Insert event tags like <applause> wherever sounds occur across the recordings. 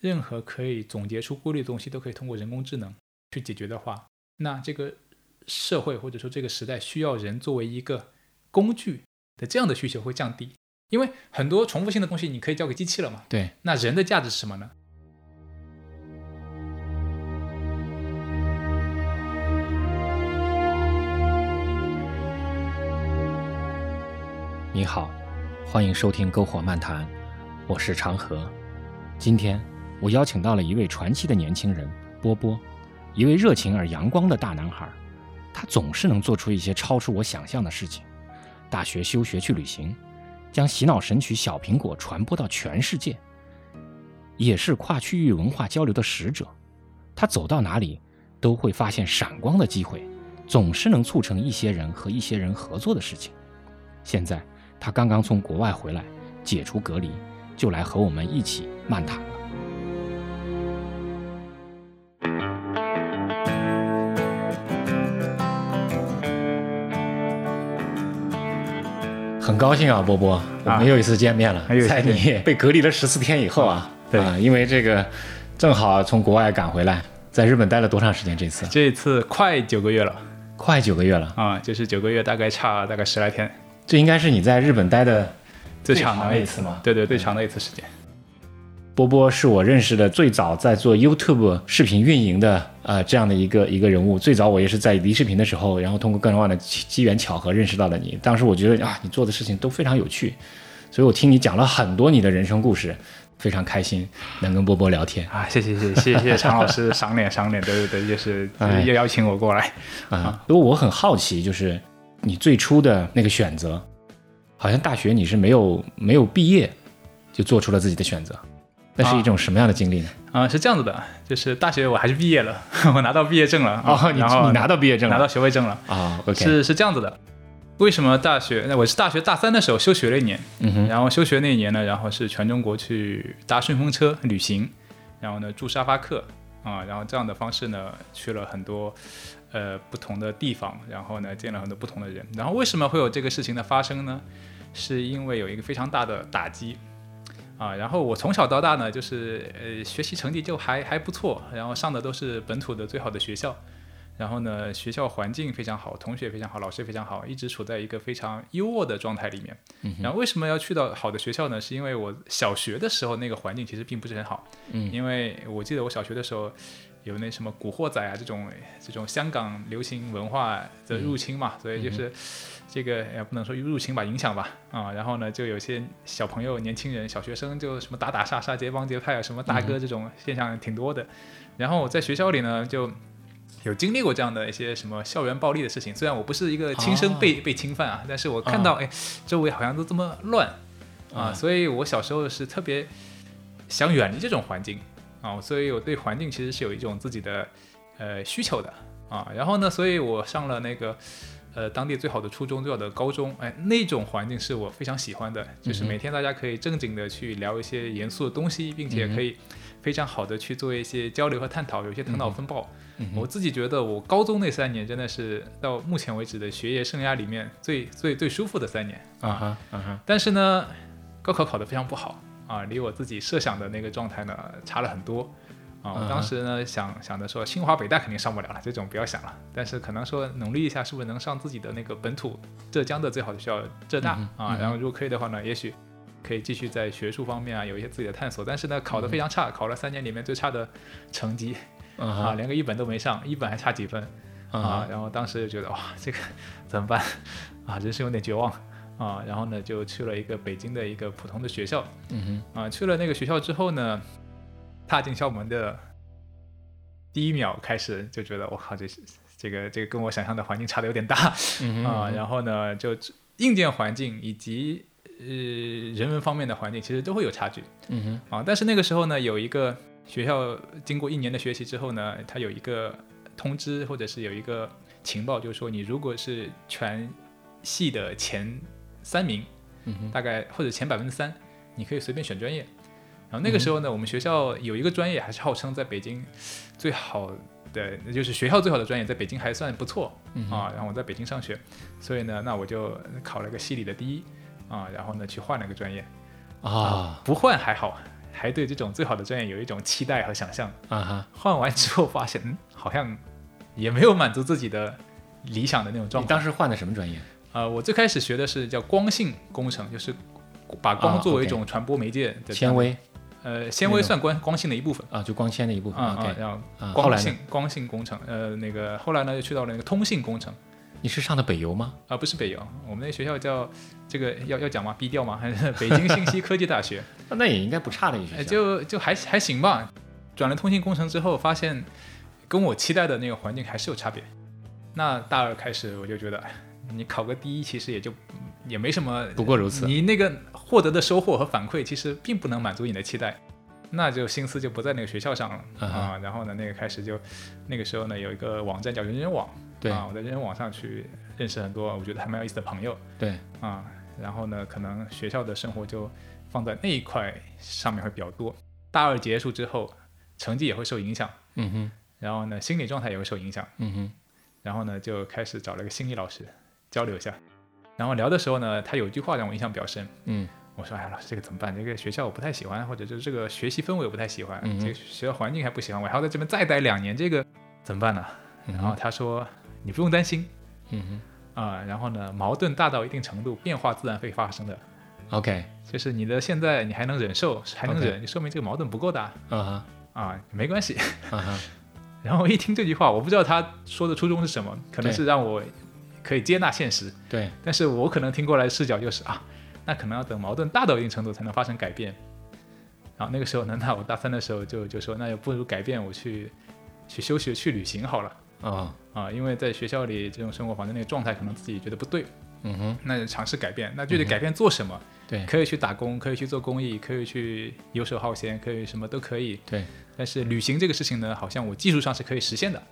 任何可以总结出规律的东西都可以通过人工智能去解决的话，那这个社会或者说这个时代需要人作为一个工具的这样的需求会降低，因为很多重复性的东西你可以交给机器了嘛。对，那人的价值是什么呢？你好，欢迎收听《篝火漫谈》，我是长河。今天我邀请到了一位传奇的年轻人波波，一位热情而阳光的大男孩。他总是能做出一些超出我想象的事情。大学休学去旅行，将洗脑神曲《小苹果》传播到全世界，也是跨区域文化交流的使者。他走到哪里都会发现闪光的机会，总是能促成一些人和一些人合作的事情。现在他刚刚从国外回来，解除隔离，就来和我们一起漫谈了。很高兴啊，波波，我啊们又一次见面了。还有一次在你 <laughs> 被隔离了十四天以后啊，对啊，因为这个正好从国外赶回来，在日本待了多长时间？这次这次快九个月了快九个月了，啊、就是九个月，大概差大概十来天，这应该是你在日本待的最长长的的一一次，次吗？对对，最长的一次时间。波波是我认识的最早在做 YouTube 视频运营的呃这样的一个一个人物。最早我也是在离视频的时候，然后通过各种各样的机机缘巧合认识到了你。当时我觉得啊，你做的事情都非常有趣，所以我听你讲了很多你的人生故事，非常开心能跟波波聊天。啊，谢谢谢谢谢谢 <laughs> 常老师赏脸赏脸，对对对，就是哎又邀请我过来。啊，因为我很好奇，就是你最初的那个选择，好像大学你是没有没有毕业就做出了自己的选择，那是一种什么样的经历呢？啊、是这样子的，就是大学我还是毕业了， <laughs> 我拿到毕业证了，哦，你啊然后你拿到毕业证了？拿到学位证了，啊、o k 是是这样子的。为什么大学？那我是大学大三的时候休学了一年，嗯哼，然后休学那一年呢，然后是全中国去搭顺风车旅行，然后呢住沙发客啊、然后这样的方式呢去了很多呃不同的地方，然后呢见了很多不同的人。然后为什么会有这个事情的发生呢？是因为有一个非常大的打击啊、然后我从小到大呢，就是呃学习成绩就还还不错，然后上的都是本土的最好的学校。然后呢，学校环境非常好，同学非常好，老师非常好，一直处在一个非常优渥的状态里面。然后为什么要去到好的学校呢？是因为我小学的时候那个环境其实并不是很好，嗯因为我记得我小学的时候有那什么《古惑仔啊》这种这种香港流行文化的入侵嘛，所以就是这个也不能说入侵吧，影响吧啊、然后呢，就有些小朋友、年轻人、小学生就什么打打杀杀、结帮结派啊，什么大哥这种现象挺多的。然后我在学校里呢，就有经历过这样的一些什么校园暴力的事情。虽然我不是一个亲身被、被侵犯啊，但是我看到哎、周围好像都这么乱啊，啊所以我小时候是特别想远离这种环境啊，所以我对环境其实是有一种自己的呃需求的啊。然后呢，所以我上了那个。呃，当地最好的初中、最好的高中，哎，那种环境是我非常喜欢的，就是每天大家可以正经的去聊一些严肃的东西，并且可以非常好的去做一些交流和探讨，有一些头脑风暴。我嗯自己觉得，我高中那三年真的是到目前为止的学业生涯里面最最最舒服的三年。啊哈啊哈，但是呢，高考考得非常不好啊，离我自己设想的那个状态呢差了很多。啊，嗯我哼当时呢想想着说，清华北大肯定上不了了，这种不要想了。但是可能说努力一下，是不是能上自己的那个本土浙江的最好的学校浙大、嗯啊？然后如果可以的话呢，也许可以继续在学术方面啊有一些自己的探索。但是呢，嗯考得非常差，考了三年里面最差的成绩啊啊，哈连个一本都没上，一本还差几分。嗯啊，然后当时就觉得哇， <laughs> 这个怎么办啊？真是有点绝望啊。然后呢，就去了一个北京的一个普通的学校嗯啊。去了那个学校之后呢，踏进校门的第一秒开始就觉得我靠，这是这个这个跟我想象的环境差的有点大哼嗯哼啊。然后呢，就硬件环境以及呃人文方面的环境其实都会有差距。嗯哼啊，但是那个时候呢，有一个学校经过一年的学习之后呢，它有一个通知或者是有一个情报，就是说你如果是全系的前三名，嗯哼大概或者前百分之三，你可以随便选专业。然后那个时候嗯呢，我们学校有一个专业还是号称在北京最好的，就是学校最好的专业，在北京还算不错嗯啊。然后我在北京上学，所以呢，那我就考了个系里的第一啊，然后呢去换了个专业。啊不换还好，还对这种最好的专业有一种期待和想象。啊哈，换完之后发现，嗯好像也没有满足自己的理想的那种状你态。当时换的什么专业？呃，我最开始学的是叫光信工程，就是把光啊作为一 OK 种传播媒介的纤，维呃，纤那维种算光光信的一部分。啊，就光纤的一部分。啊啊， OK，然后啊，后光来呢信？光信工程，呃，那个后来呢就去到了那个通信工程，你是上的北邮吗？啊，不是北邮，我们那学校叫这个要要讲吗？低调吗？还是北京信息科技大学？啊那也应该不差的一个呃，学校。就就还还行吧。转了通信工程之后，发现跟我期待的那个环境还是有差别。那大二开始我就觉得，哎你考个第一其实也就也没什么，不过如此你那个获得的收获和反馈其实并不能满足你的期待，那就心思就不在那个学校上了、嗯哼啊。然后呢，那个开始就那个时候呢有一个网站叫人人网，对啊，我在人人网上去认识很多我觉得还蛮有意思的朋友，对，啊，然后呢，可能学校的生活就放在那一块上面会比较多。大二结束之后，成绩也会受影响，嗯哼，然后呢，心理状态也会受影响，嗯哼，然后呢，就开始找了个心理老师交流一下。然后聊的时候呢，他有一句话让我印象比较深。嗯我说：“哎呀，老师，这个怎么办？这个学校我不太喜欢，或者就是这个学习氛围我不太喜欢，嗯哼这个学校环境还不喜欢，我还要在这边再待两年，这个怎么办呢？”嗯然后他说：“你不用担心嗯啊、然后呢，矛盾大到一定程度，变化自然会发生的。哼，OK，就是你的现在你还能忍受，还能 OK 忍，说明这个矛盾不够大啊哈，啊，没关系。 <laughs> 啊哈，然后我一听这句话，我不知道他说的初衷是什么，可能对是让我可以接纳现实，对，但是我可能听过来的视角就是啊，那可能要等矛盾大到一定程度才能发生改变。然后那个时候呢，那我大三的时候就就说，那就不如改变，我去去休学去旅行好了哦，啊，因为在学校里这种生活环境那个状态，可能自己觉得不对，嗯哼，那就尝试改变。那具体改变做什么？嗯对可以去打工，可以去做公益，可以去游手好闲，可以什么都可以。对，但是旅行这个事情呢，好像我技术上是可以实现的，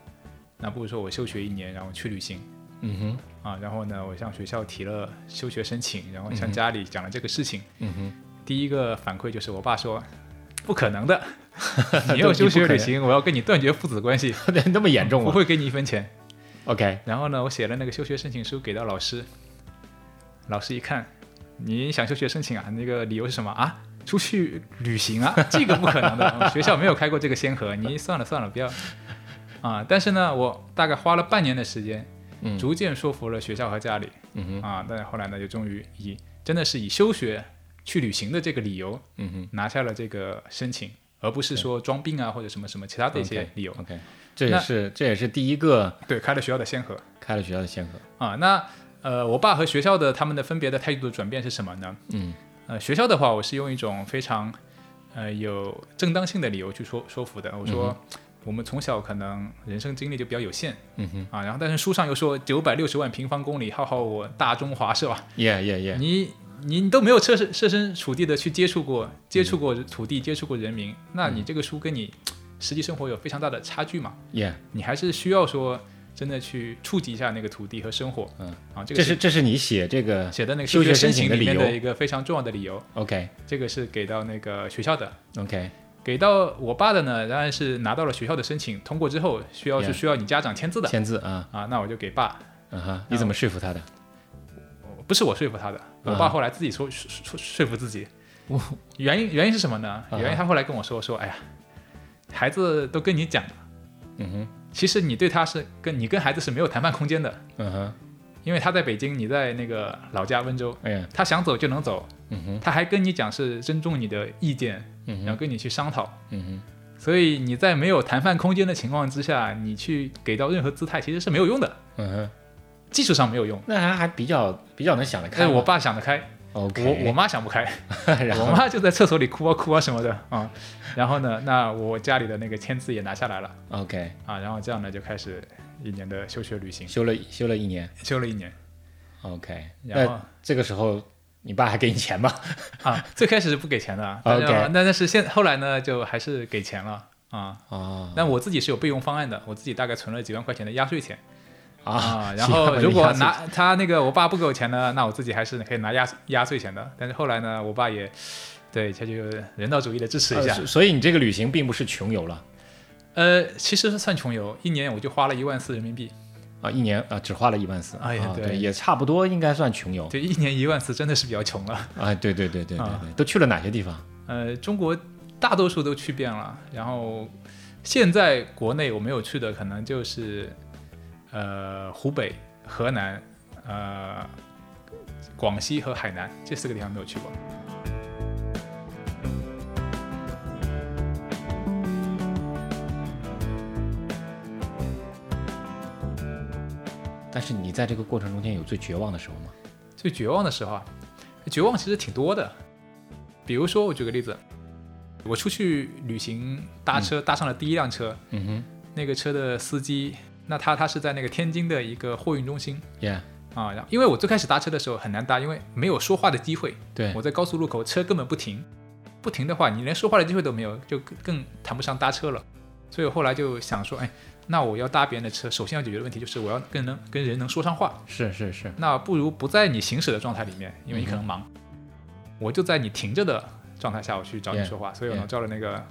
那不如说我休学一年，然后去旅行嗯哼， <laughs> 啊。然后呢，我向学校提了休学申请，然后向家里讲了这个事情。嗯哼，第一个反馈就是我爸说。不可能 <laughs> 的，你都要已经休不学可旅能行，我要跟你断绝父子关系，那么严重不吗会给你一分钱。 ？OK，然后呢，我写了那个休学申请书给到老师，老师一看，你想休学申请啊？那个理由是什么啊？出去旅行啊？ <laughs> 这个不可能的，学校没有开过这个先河，你算了算了，不要啊。但是呢，我大概花了半年的时间，嗯逐渐说服了学校和家里嗯哼，啊。但是后来呢，就终于以真的是以休学去旅行的这个理由嗯哼，拿下了这个申请，而不是说装病啊或者什么什么其他的一些 OK，理由。 OK，这也那是这也是第一个对，开了学校的先河。开了学校的先河。啊，那呃，我爸和学校的他们的分别的态度的转变是什么呢？嗯呃，学校的话，我是用一种非常呃有正当性的理由去说说服的。我说、我们从小可能人生经历就比较有限嗯哼啊，然后但是书上又说九百六十万平方公里，浩浩我大中华是吧？ ，Yeah Yeah Yeah，你你你都没有设身设身处地的去接触过接触嗯过土地，接触过人民，那你这个书跟你实际生活有非常大的差距嘛？ Yeah，你还是需要说真的去触及一下那个土地和生活。嗯啊，这个这是这是你写这个写的那个休休学学申申请请的里理面由的一个非常重要的理由， OK 这个是给到那个学校的， OK，给到我爸的呢，当然是拿到了学校的申请通过之后，需要 Yeah 是需要你家长签字的签字啊，啊，那我就给爸，嗯哼，你怎么说服他的？不是我说服他的，嗯我爸后来自己说说说说服自己，原因原因是什么呢？嗯哼原因他后来跟我说说，哎呀，孩子都跟你讲了，嗯哼，其实你对他是跟你跟孩子是没有谈判空间的，嗯哼，因为他在北京，你在那个老家温州，哎呀，他想走就能走，嗯哼，他还跟你讲是尊重你的意见，嗯然哼，后跟你去商讨。嗯哼，所以你在没有谈判空间的情况之下，你去给到任何姿态其实是没有用的，嗯哼，技术上没有用。那还还比较比较能想得开但嘛。是我爸想得开， OK，我我妈想不开， <laughs> 然我后妈就在厕所里哭啊哭啊什么的啊、然后呢，那我家里的那个签字也拿下来了 OK 啊，然后这样呢就开始一年的休学旅行，休了休了一年休了一年 OK，然后那这个时候你爸还给你钱吗？ <laughs> 啊。最开始是不给钱的，啊但 OK 是那但是现后来呢就还是给钱了啊。哦但我自己是有备用方案的，我自己大概存了几万块钱的压岁钱。 <laughs> 啊，然喜后欢把如你果压岁拿他那个我爸不给我钱呢，那我自己还是可以拿压压岁钱的。但是后来呢，我爸也对他就人道主义的支持一下呃。所所以你这个旅行并不是穷游了呃，其实是算穷游，一年我就花了一万四人民币，啊，一年啊只花了一万四，哎呀啊对对，也差不多应该算穷游对，一年一万四真的是比较穷了。啊，对对对对对啊对，都去了哪些地方？呃，中国大多数都去遍了。然后现在国内我没有去的，可能就是呃湖北、河南、呃广西和海南这四个地方没有去过。但是你在这个过程中间有最绝望的时候吗？最绝望的时候啊，绝望其实挺多的。比如说，我举个例子，我出去旅行搭车、搭上了第一辆车，嗯哼那个车的司机，那他他是在那个天津的一个货运中心，Yeah，啊，然后因为我最开始搭车的时候很难搭，因为没有说话的机会，对我在高速路口车根本不停，不停的话你连说话的机会都没有，就更更谈不上搭车了。所以我后来就想说，哎，那我要搭别人的车，首先要解决的问题就是我要跟能跟人能说上话，是是是，那不如不在你行驶的状态里面，因为你可能嗯忙，我就在你停着的状态下，我去找你 Yeah，说话。所以我 yeah 呢，照着那个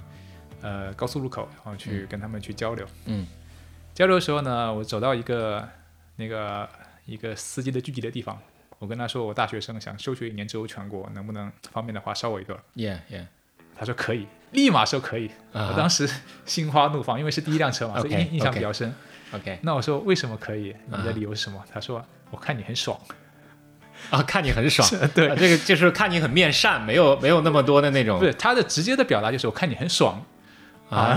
呃高速路口，然后去跟他们去交流。嗯交流的时候呢，我走到一个那个一个司机的聚集的地方，我跟他说我大学生想休学一年之后全国，能不能方便的话捎我一个？ ，Yeah Yeah，他说可以，立马说可以。啊我当时心花怒放，因为是第一辆车嘛，所以 OK，印印象 OK 比较深。 ，OK 那我说为什么可以？你啊的理由是什么？他说我看你很爽。啊，看你很爽，对啊这个就是看你很面善，没有没有那么多的那种不是他的直接的表达就是我看你很爽 啊。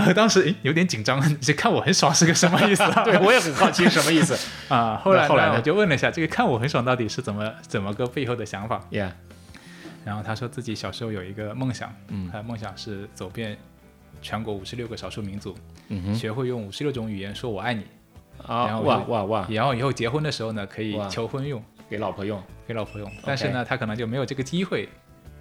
<laughs> 啊，当时诶有点紧张， <laughs> 你这看我很爽是个什么意思啊？ <laughs> 对，我也很好奇什么意思。啊，后来那后来呢我就问了一下这个看我很爽到底是怎么怎么个背后的想法， <laughs> Yeah，然后他说自己小时候有一个梦想，嗯他的梦想是走遍全国五十六个少数民族，嗯哼，学会用五十六种语言说我爱你，然啊，后我哇就哇哇，然后以后结婚的时候呢可以哇求婚用给老婆用。给老婆用，但是呢他可能就没有这个机会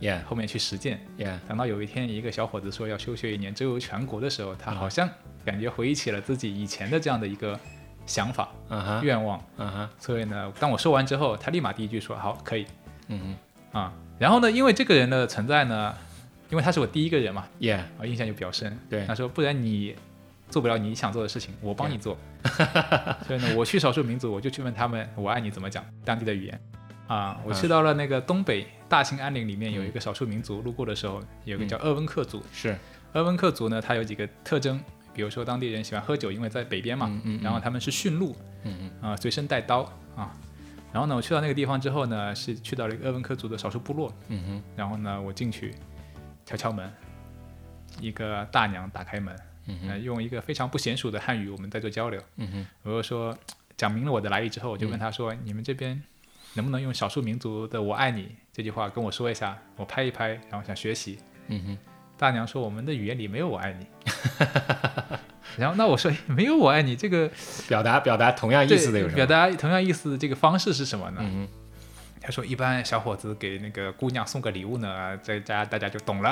Yeah 后面去实践， Yeah，等到有一天，一个小伙子说要休学一年周游全国的时候，他好像感觉回忆起了自己以前的这样的一个想法、啊哈，愿望。啊哈，所以呢，当我说完之后，他立马第一句说：“好，可以嗯啊。”然后呢，因为这个人的存在呢，因为他是我第一个人嘛，哼，Yeah，啊我印象就比较深。对他说：“不然你做不了你想做的事情，我帮你做。” <laughs> 所以呢，我去少数民族，我就去问他们“我爱你”怎么讲当地的语言。啊，我去嗯到了那个东北大兴安岭里面有一个少数民族，路过的时候有一嗯个叫鄂温克族，是，鄂温克族呢，它有几个特征，比如说当地人喜欢喝酒，因为在北边嘛，嗯嗯嗯然后他们是驯鹿嗯嗯啊、随身带刀啊。然后呢，我去到那个地方之后呢，是去到了一个鄂温克族的少数部落，嗯哼，然后呢，我进去敲敲门，一个大娘打开门，嗯呃用一个非常不娴熟的汉语我们在做交流，嗯哼，嗯我就说讲明了我的来意之后，我就问他说，你们这边能不能用少数民族的“我爱你”这句话跟我说一下，我拍一拍，然后想学习。嗯哼。大娘说我们的语言里没有“我爱你”， <laughs> 然后那我说没有“我爱你”这个表达表达同样意思的对有什么？表达同样意思的这个方式是什么呢？嗯他说一般小伙子给那个姑娘送个礼物呢，啊在家大家就懂了。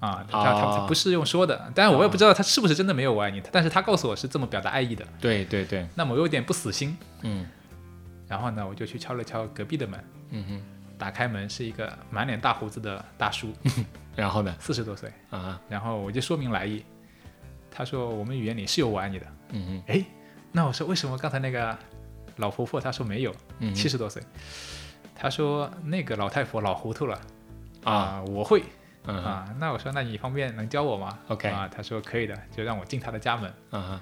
啊，他他哦他不是用说的，但是我也不知道他是不是真的没有我爱你，但是他告诉我是这么表达爱意的，哼，对对对，那么我有点不死心，嗯然后呢，我就去敲了敲隔壁的门，嗯哼，打开门是一个满脸大胡子的大 <laughs> 叔，然后呢？四十多岁，啊，然后我就说明来意，他说我们语言里是有我爱你的，嗯哼，哎，那我说为什么刚才那个老婆婆她说没有，嗯七十多岁，她说那个老太婆老糊涂了啊，我会嗯哼，啊，那我说那你方便能教我吗 OK 啊，她说可以的，就让我进她的家门。啊哈，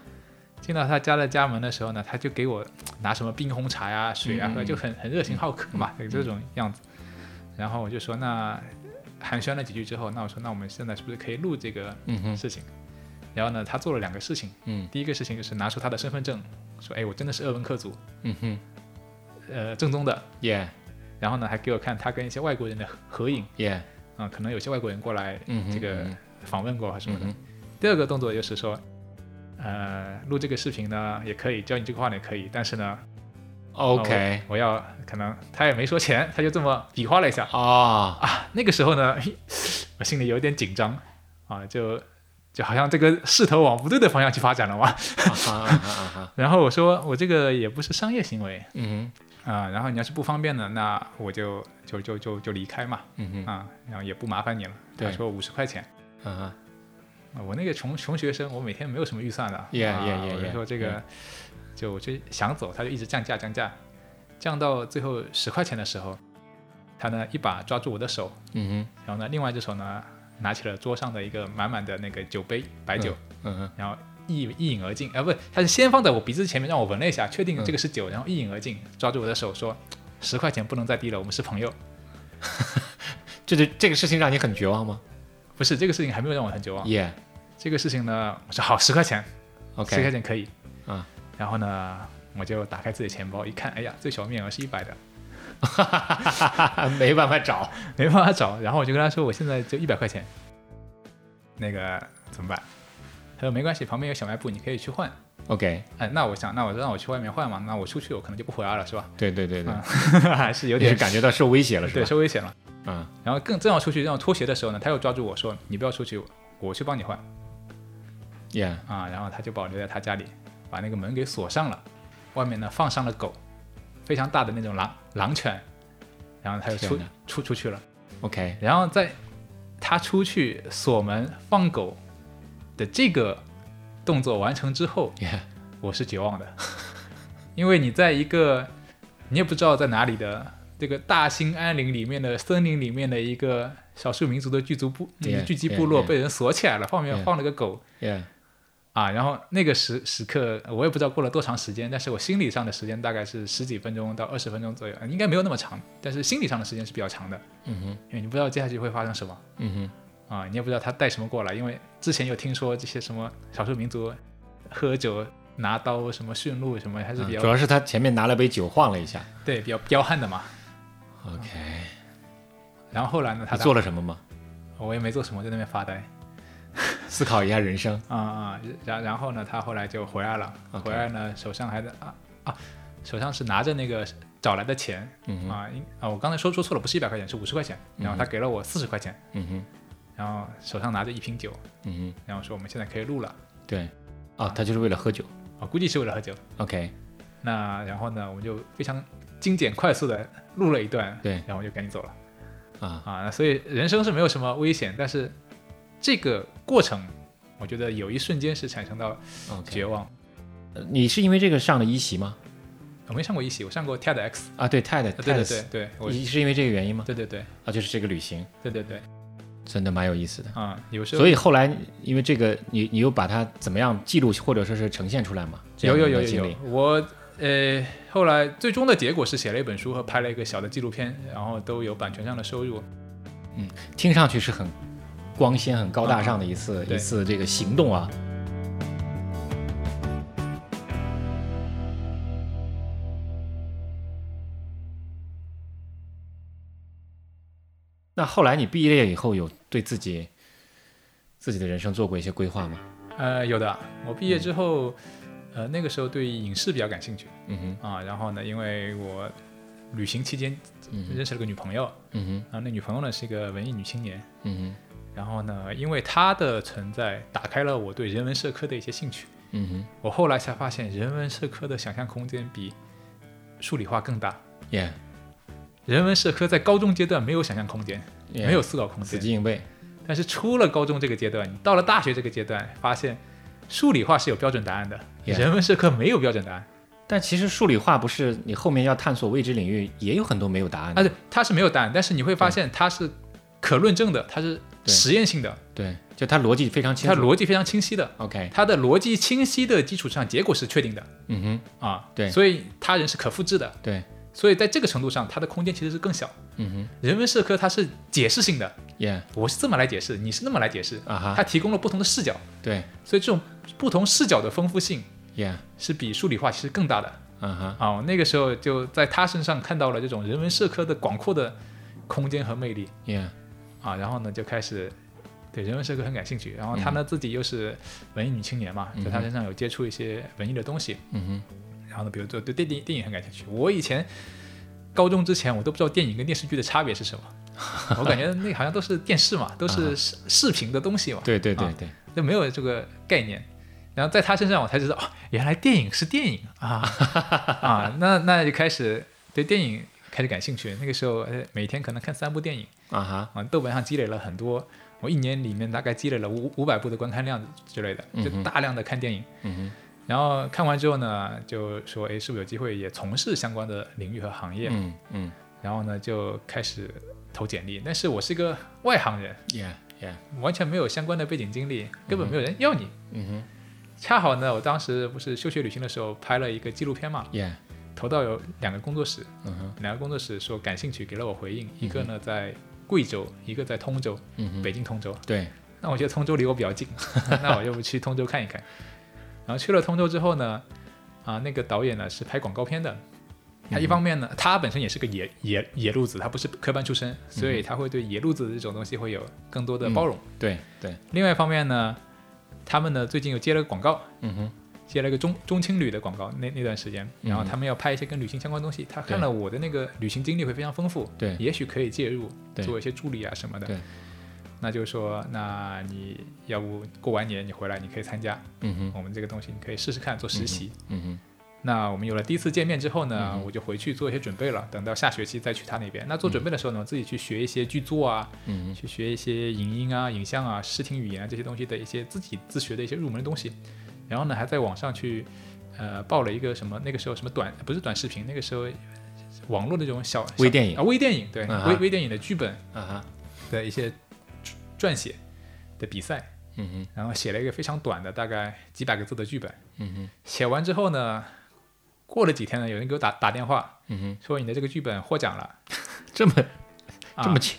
进到她家的家门的时候呢，她就给我拿什么冰红茶呀、水啊嗯嗯喝，嗯就很很热情好客嘛， <laughs> 就这种样子。然后我就说那寒暄了几句之后，那我说那我们现在是不是可以录这个嗯哼，事情？然后呢，她做了两个事情。嗯第一个事情就是拿出他的身份证，说：“哎，我真的是鄂温克族，嗯哼呃，正宗的。 ，Yeah ”然后呢，还给我看他跟一些外国人的合合影， Yeah，啊、可能有些外国人过来嗯哼，这个嗯访问过啊什么嗯的。哼，第二个动作就是说，呃，录这个视频呢也可以，教你这个话呢也可以，但是呢呃 OK 我我要可能他也没说钱，他就这么比划了一下。啊，那个时候呢， <laughs> 我心里有点紧张啊，就就好像这个势头往不对的方向去发展了嘛。 <laughs> 啊哈啊哈啊哈，然后我说，我这个也不是商业行为，嗯啊、然后你要是不方便呢，那我就就就就就离开嘛，哼，嗯哼，啊、然后也不麻烦你了。对他说五十块钱，啊哈，啊我那个穷穷学生，我每天没有什么预算的，啊 Yeah, yeah, yeah, 嗯我就 yeah, 说这个就我就想走，他就一直降价降价，降到最后十块钱的时候，他呢一把抓住我的手，嗯然后呢另外一只手呢拿起了桌上的一个满满的那个酒杯白酒，嗯嗯，然后一一饮而尽。啊，不，他是先放在我鼻子前面让我闻了一下，确嗯定这个是酒，然后一饮而尽，抓住我的手说：“十块钱不能再低了，我们是朋友。这就这个事情让你很绝望吗”不是这个事情还没有让我很绝望。耶这个事情呢，我说好十块钱， o 十块 k 钱可以。啊，然后呢，我就打开自己的钱包一看，哎呀，最小面额是一百的，啊没办法找，没办法找。然后我就跟他说，我现在就一百块钱，那个怎么办？他说没关系，旁边有小卖部，你可以去换。 OK，哎，那我想，那我让我去外面换嘛，那我出去我可能就不回来了，是吧？ <laughs> 对对对对，嗯还是有你是点感觉到受威胁了是对，吧？受危险了。嗯，然后更正要出去让我脱鞋的时候呢，他又抓住我说：“你不要出去，我去帮你换耶，啊。”然后他就把我留在他家里，把那个门给锁上了，外面呢放上了狗，非常大的那种狼狼犬，然后他就出天哪出出去了。 OK，然后在他出去锁门放狗的这个动作完成之后，耶，我是绝望的， <laughs> 因为你在一个你也不知道在哪里的这个大兴安岭里面的森林里面的一个少数民族的聚族部 Yeah, 聚集部落 yeah, yeah. 被人锁起来了，放面 Yeah. 放了个狗耶，啊，然后那个时时刻我也不知道过了多长时间，但是我心理上的时间大概是十几分钟到二十分钟左右，嗯应该没有那么长，但是心理上的时间是比较长的，嗯哼，因为你不知道接下去会发生什么。嗯哼。啊，你也不知道他带什么过来，因为之前有听说这些什么少数民族喝酒拿刀什么驯鹿什么，还是比嗯较、主要是他前面拿了杯酒晃了一下。对比较彪悍的嘛。 OK，然后后来呢，他你做了，了什么吗？我也没做什么，在那边发呆思考一下人生。啊啊、然然后呢，他后来就回来了 OK 回来呢手上还在啊啊，手上是拿着那个找来的钱嗯哼，啊因啊，我刚才说说错了，不是一百块钱，是五十块钱，然后他给了我四十块钱，嗯哼，然后手上拿着一瓶酒，嗯然后说我们现在可以录了哼，对。哦，他就是为了喝酒。啊，估计是为了喝酒。 OK，那然后呢，我们就非常精简快速的录了一段，对然后就赶紧走了啊，啊。那所以人生是没有什么危险，但是这个过程，我觉得有一瞬间是产生到 OK，绝望。呃你是因为这个上了一席吗？我没上过一席，我上过 TEDx，啊，对，TED，啊对对对对，我你是因为这个原因吗？对对对啊，就是这个旅行对对对，真的蛮有意思的。啊，有时候所以后来因为这个，你你又把它怎么样记录或者说是呈现出来吗？这有样的有有一个有经有，历我呃后来最终的结果是写了一本书和拍了一个小的纪录片，然后都有版权上的收入。听上去是很光鲜、很高大上的一嗯次、对一次这个行动啊。那后来你毕业以后，有对自己自己的人生做过一些规划吗？呃，有的，我毕业之后，呃那个时候对影视比较感兴趣。嗯哼，啊，然后呢，因为我旅行期间嗯哼认识了个女朋友，嗯哼，然后那女朋友呢是一个文艺女青年，嗯然后呢，因为她的存在，打开了我对人文社科的一些兴趣。哼，嗯我后来才发现，人文社科的想象空间比数理化更大。哼，耶，人文社科在高中阶段没有想象空间， Yeah 没有思考空死间，记硬背，但是出了高中这个阶段，你到了大学这个阶段，发现数理化是有标准答案的 Yeah 嗯人文社科没有标准答案。但其实数理化不是你后面要探索未知领域，也有很多没有答案的。啊，对，它是没有答案，但是你会发现它是可论证的，它是对实验性的，对，就它逻辑非常清它楚。逻辑非常清晰的， OK，它的逻辑清晰的基础上，结果是确定的嗯哼，啊，对所以他人是可复制的，对，所以在这个程度上，它的空间其实是更小。嗯人文社科它是解释性的，哼，耶，我是这么来解释，你是那么来解释，啊哈，它提供了不同的视角，对，所以这种不同视角的丰富性耶，是比数理化其实更大的啊哈，啊。我那个时候就在他身上看到了这种人文社科的广阔的空间和魅力。耶，啊，然后呢就开始对人文社科很感兴趣。然后她呢、自己又是文艺女青年嘛，在她身上有接触一些文艺的东西。嗯然后呢，比如说对电影电影很感兴趣。我以前高中之前我都不知道电影跟电视剧的差别是什么，我感觉那好像都是电视嘛，都是视视频的东西嘛哼，，对对对啊对，就没有这个概念。然后在她身上我才知道，哦，原来电影是电影啊啊！那那就开始对电影开始感兴趣。那个时候呃每天可能看三部电影。啊哈，啊，豆瓣上积累了很多，我一年里面大概积累了五五百部的观看量之类的，就大量的看电影。嗯哼，然后看完之后呢，就说，哎，是不是有机会也从事相关的领域和行业？嗯嗯，然后呢，就开始投简历。但是我是一个外行人，耶 Yeah 完全没有相关的背景经历，根本没有人要你。嗯恰好呢，我当时不是休学旅行的时候拍了一个纪录片嘛，哼，Yeah，投到有两个工作室，嗯哼，两个工作室说感兴趣，给了我回应。一个呢在贵州，一个在通州，嗯哼，北京通州。对，那我觉得通州离我比较近， <laughs> 那我要不去通州看一看。然后去了通州之后呢，啊，那个导演呢是拍广告片嗯的。他一方面呢，他本身也是个野野野路子，他不是科班出身，所以他会对野路子这种东西会有更多的包容。对，对，另外一方面呢，他们呢最近又接了个广告，嗯哼，接了一个中中青旅的广告，那那段时间，然后嗯他们要拍一些跟旅行相关的东西，他看了我的那个旅行经历会非常丰富，对也许可以介入，对做一些助力啊什么的，对，那就说，那你要不过完年你回来，你可以参加嗯哼，我们这个东西，你可以试试看做实习。嗯哼，嗯那我们有了第一次见面之后呢，我就回去做一些准备了，等到下学期再去他那边。那做准备的时候呢，我自己去学一些剧作啊，嗯哼，去学一些影音啊、影像啊、视听语言啊这些东西的一些自己自学的一些入门的东西，然后呢还在网上去呃报了一个什么那个时候什么短呃不是短视频，那个时候网络那种小小微电影啊微电影对、啊哈微微电影的剧本啊哈，的一些撰撰写的比赛，嗯哼，然后写了一个非常短的大概几百个字的剧本，嗯哼，写完之后呢，过了几天呢有人给我打打电话嗯哼，说你的这个剧本获奖了，这么啊这么轻，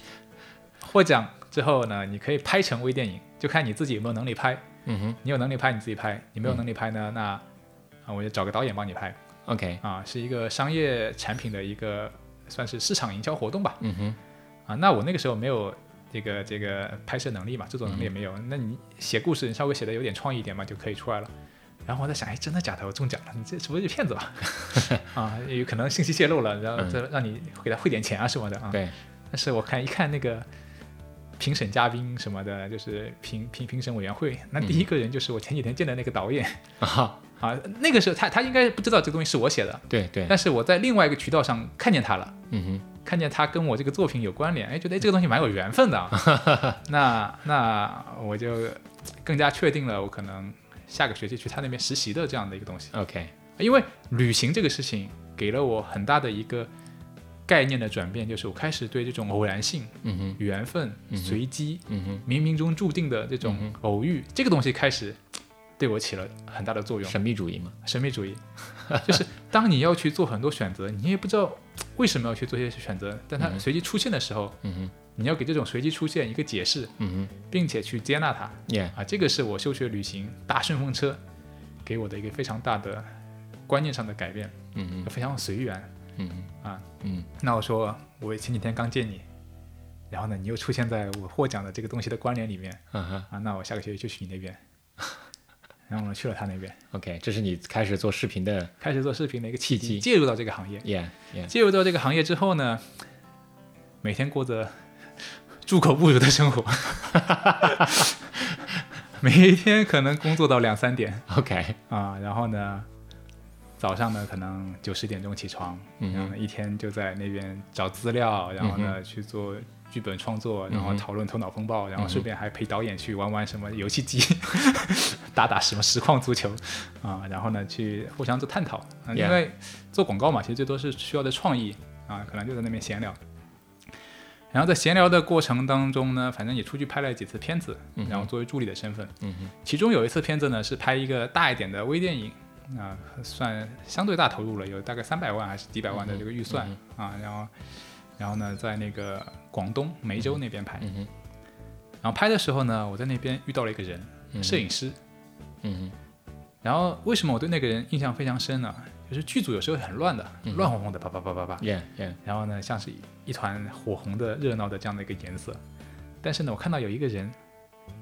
获奖之后呢你可以拍成微电影，就看你自己有没有能力拍。嗯哼你有能力拍你自己拍，你没有能力拍嗯呢，那啊我就找个导演帮你拍，OK，啊，是一个商业产品的一个算是市场营销活动吧嗯哼，啊。那我那个时候没有这个这个拍摄能力嘛，制作能力也没有，嗯那你写故事你稍微写的有点创意一点嘛，就可以出来了。然后我在想，哎，真的假的？我中奖了，你这是不是骗子 <laughs> 吧？啊，有可能信息泄露了，然后嗯再让你给他汇点钱啊什么的啊。对，但是我看一看那个评审嘉宾什么的，就是评评评审委员会，那第一个人就是我前几天见的那个导演、啊哈，啊，那个时候他他应该不知道这个东西是我写的，对对，但是我在另外一个渠道上看见他了，嗯哼，看见他跟我这个作品有关联，哎，觉得哎这个东西蛮有缘分的啊，那那我就更加确定了我可能下个学期去他那边实习的这样的一个东西， ，OK，因为旅行这个事情给了我很大的一个概念的转变，就是我开始对这种偶然性。嗯哼，缘分、随机、嗯哼，冥冥中注定的这种偶遇，这个东西开始对我起了很大的作用。神秘主义嘛，神秘主义 <laughs> 就是当你要去做很多选择，你也不知道为什么要去做这些选择，但它随机出现的时候，嗯哼，你要给这种随机出现一个解释，嗯并且去接纳它哼，Yeah，啊，这个是我休学旅行搭顺风车给我的一个非常大的观念上的改变，嗯非常随缘。哼，嗯哼，啊，嗯，那我说我前几天刚见你，然后呢，你又出现在我获奖的这个东西的关联里面，啊哈啊，那我下个学期就去你那边。然后呢，去了他那边， ，OK，这是你开始做视频的开始做视频的一个契机，契机介入到这个行业。 ，Yeah，Yeah，介入到这个行业之后呢，每天过着猪口不如的生活， <laughs> 每一天可能工作到两三点 OK，啊，然后呢，早上呢可能九十点钟起床，嗯哼嗯然后呢一天就在那边找资料，然后呢、去做剧本创作，然后嗯哼讨论头脑风暴，然后顺便还陪导演去玩玩什么游戏机， <laughs> 打打什么实况足球啊，然后呢去互相做探讨、啊 Yeah 因为做广告嘛，其实最多是需要的创意啊，可能就在那边闲聊。然后在闲聊的过程当中呢，反正也出去拍了几次片子，然后作为助理的身份，嗯哼，其中有一次片子呢是拍一个大一点的微电影，啊、算相对大投入了，有大概三百万还是几百万的这个预算、嗯啊，然后然后呢在那个广东梅州那边拍，嗯哼，然后拍的时候呢，我在那边遇到了一个人，摄影师。嗯然后为什么我对那个人印象非常深呢？就是剧组有时候很乱的，嗯乱哄哄的，叭叭叭叭叭哼，，Yeah，Yeah， <laughs> 然后呢，像是一团火红的、热闹的这样的一个颜色。但是呢，我看到有一个人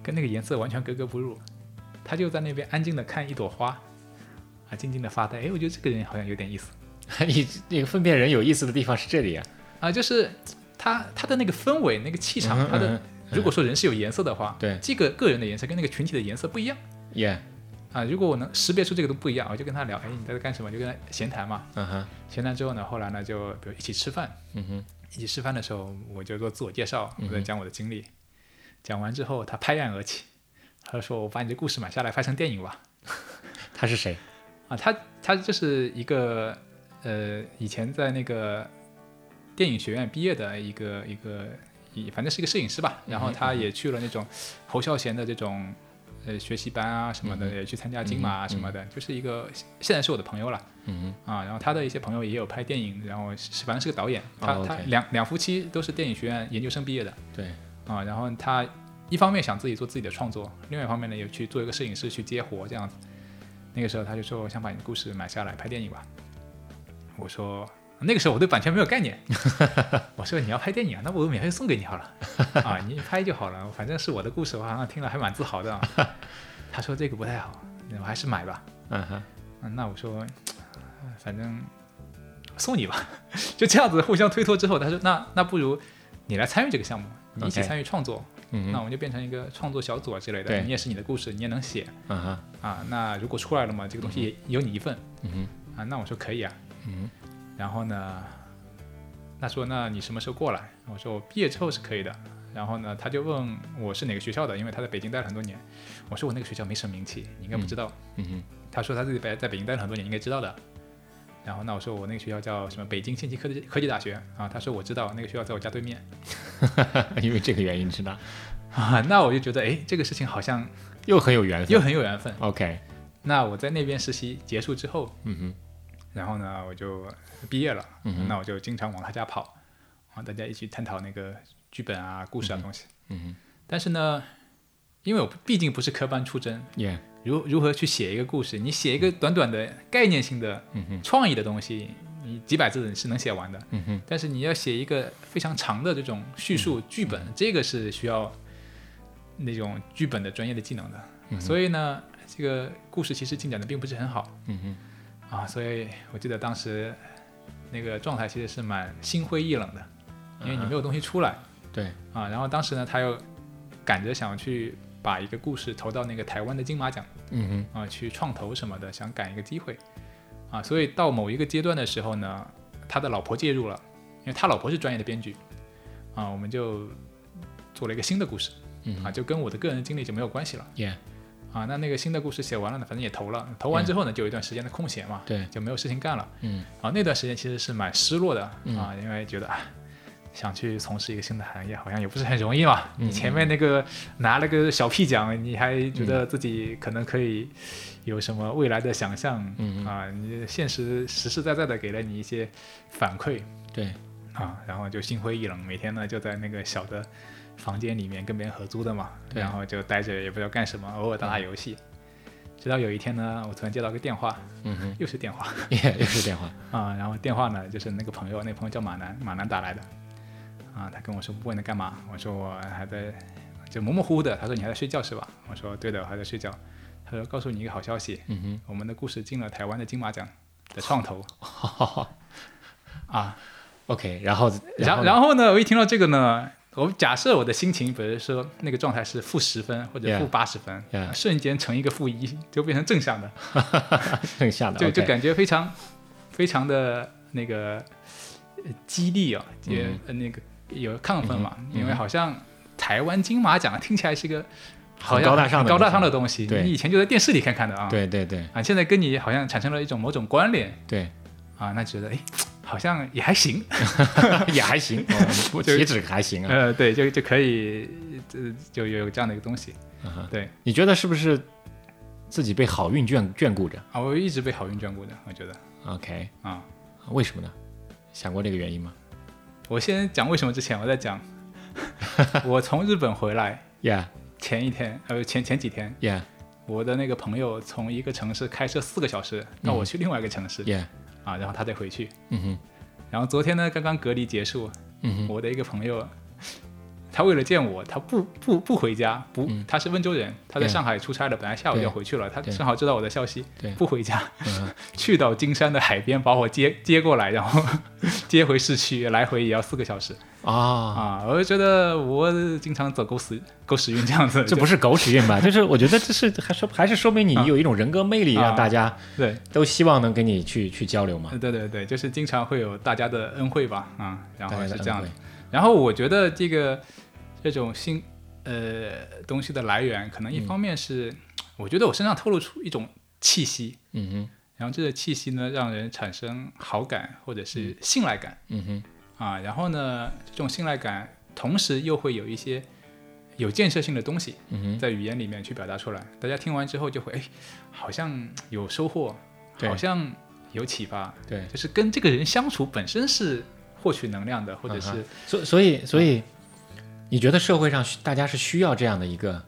跟那个颜色完全格格不入，他就在那边安静的看一朵花，啊，静静的发呆。哎，我觉得这个人好像有点意思你那个分辨人有意思的地方是这里啊，啊，就是他他的那个氛围、那个气嗯场，嗯他的嗯如果说人是有颜色的话，对这个个人的颜色跟那个群体的颜色不一样。 ，Yeah，啊，如果我能识别出这个都不一样，我就跟他聊，哎，你在这干什么？就跟他闲谈嘛。嗯哼，闲谈之后呢，后来呢，就比如一起吃饭，嗯哼，嗯一起吃饭的时候，我就做自我介绍，我在讲我的经历。讲完之后，他拍案而起，他说：“我把你的故事买下来拍成电影吧。他是谁？”啊，他他就是一个呃，以前在那个电影学院毕业的一个一个一反正是一个摄影师嗯吧，然后他也去了那种侯孝贤的这种呃学习班啊什嗯么的，也去参加金马啊什么的，就是一个现在是我的朋友了，嗯啊，然后他的一些朋友也有拍电影，然后是反正是个导演，哦他、 OK 他两两夫妻都是电影学院研究生毕业的哼，对，啊，然后他一方面想自己做自己的创作，另外一方面呢也去做一个摄影师去接活这样子。那个时候他就说我想把你的故事买下来拍电影吧，我说那个时候我对版权没有概念， <laughs> 我说你要拍电影啊，那我免费送给你好了啊，你拍就好了，反正是我的故事，我好像听了还蛮自豪的、啊。他说这个不太好，我还是买吧。嗯哼，嗯，那我说，反正送你吧， <laughs> 就这样子互相推脱之后，他说那那不如你来参与这个项目，你一起 OK 参与创作嗯那哼，我们就变成一个创作小组啊之类的，对你也是你的故事，你也能写嗯哼，啊，那如果出来了嘛，这个东西也有你一份嗯哼，啊，那我说可以啊，嗯然后呢，他说那你什么时候过来？我说我毕业之后是可以的。然后呢，他就问我是哪个学校的，因为他在北京待了很多年。我说我那个学校没什么名气，你应该不知道。哼，嗯他说他自己在在北京待了很多年，你应该知道的。然后那我说我那个学校叫什么北京信息科技科技大学啊，他说我知道那个学校在我家对面 <laughs> 哼， <laughs> 因为这个原因知道，啊，那我就觉得哎这个事情好像又很有缘分，又很有缘分。 OK，那我在那边实习结束之后，嗯哼，然后呢我就毕业了，嗯哼那我就经常往他家跑，啊大家一起探讨那个剧本啊故事啊东西。嗯哼，但是呢，因为我毕竟不是科班出身，耶，如如何去写一个故事？你写一个短短的概念性的、嗯哼创意的东西，你几百字是能写完的。嗯哼，嗯但是你要写一个非常长的这种叙述剧本，这个是需要那种剧本的专业的技能的。嗯所以呢，这个故事其实进展的并不是很好嗯哼，啊。所以我记得当时那个状态其实是蛮心灰意冷的，因为你没有东西出来。嗯对，啊，然后当时呢，他又赶着想去把一个故事投到那个台湾的金马奖嗯哼，啊，去创投什么的，想赶一个机会啊，所以到某一个阶段的时候呢，他的老婆介入了，因为他老婆是专业的编剧啊，我们就做了一个新的故事嗯啊，就跟我的个人经历就没有关系了耶，啊。那那个新的故事写完了呢，反正也投了，投完之后呢，就有一段时间的空闲嘛，对，就没有事情干了嗯啊。那段时间其实是蛮失落的啊，因为觉得啊，想去从事一个新的行业，好像也不是很容易嘛。嗯你前面那个拿了个小屁奖，你还觉得嗯自己可能可以有什么未来的想象嗯啊？你现实实实在在的给了你一些反馈对，啊，然后就心灰意冷，每天呢就在那个小的房间里面跟别人合租的嘛，对然后就待着也不知道干什么，偶尔打打游戏。直到有一天呢，我突然接到个电话，嗯哼，又是电话，耶，又是电话，啊，然后电话呢，就是那个朋友，那朋友叫马南，马南打来的，啊，他跟我说问你在干嘛，我说我还在，就模模糊糊的，他说你还在睡觉是吧？我说对的，我还在睡觉。他说告诉你一个好消息，嗯哼，我们的故事进了台湾的金马奖的创投好好好啊。 <laughs> ，OK，然后，然后然后呢，我一听到这个呢，我假设我的心情，比如说那个状态是负十分或者 Yeah 负八十分 Yeah 瞬间乘一个负一，就变成正向的。剩下的就 OK 就感觉非常非常的那个呃激励啊，也、嗯呃那个有亢奋嘛，因为好像台湾金马奖听起来是个好像高大上的高大东西上的东西，对你以前就在电视里看看的啊，对对对啊，现在跟你好像产生了一种某种关联 <laughs> 对，啊，那觉得哎，好像也还行，也还行，哦 <laughs> 不就岂止还行啊，呃，对，就就可以，呃，就有这样的一个东西嗯哼对你觉得是不是自己被好运眷眷顾着啊，我一直被好运眷顾的，我觉得？OK，啊，为什么呢？想过这个原因吗我先讲为什么之前，我在讲 <laughs> 我从日本回来。 ？Yeah 前一天，呃，前前几天， yeah 我的那个朋友从一个城市开车四个小时到我去另外一个城市、嗯 yeah，啊，然后他再回去。嗯哼然后昨天呢，刚刚隔离结束，嗯哼我的一个朋友，他为了见我，他不不不回家，不，他是温州人，他在对上海出差了，本来下午嗯对要回去了，他对正好知道我的消息对，不回家，嗯 <laughs> 去到金山的海边把我接接过来，然后 <laughs> 接回市区，来回也要四个小时啊。啊，我就觉得我经常走狗屎狗屎运这样子，这就不是狗屎 <laughs> 运吧？就是我觉得这是还说还是说明你有一种人格魅力，啊让大家对。都希望能跟你去去交流嘛。对对对，就是经常会有大家的恩惠吧，啊、然后大家是的这样恩的惠。然后我觉得这个这种新呃东西的来源，可能嗯一方面是、我觉得我身上透露出一种气息，嗯哼然后这个气息呢，让人产生好感或者是信赖感嗯哼啊。然后呢，这种信赖感同时又会有一些有建设性的东西嗯哼，在语言里面去表达出来。大家听完之后就会，哎，好像有收获，对好像有启发，对，就是跟这个人相处本身是获取能量的，或者嗯哼是所所以所以，你觉得社会上需大家是需要这样的一个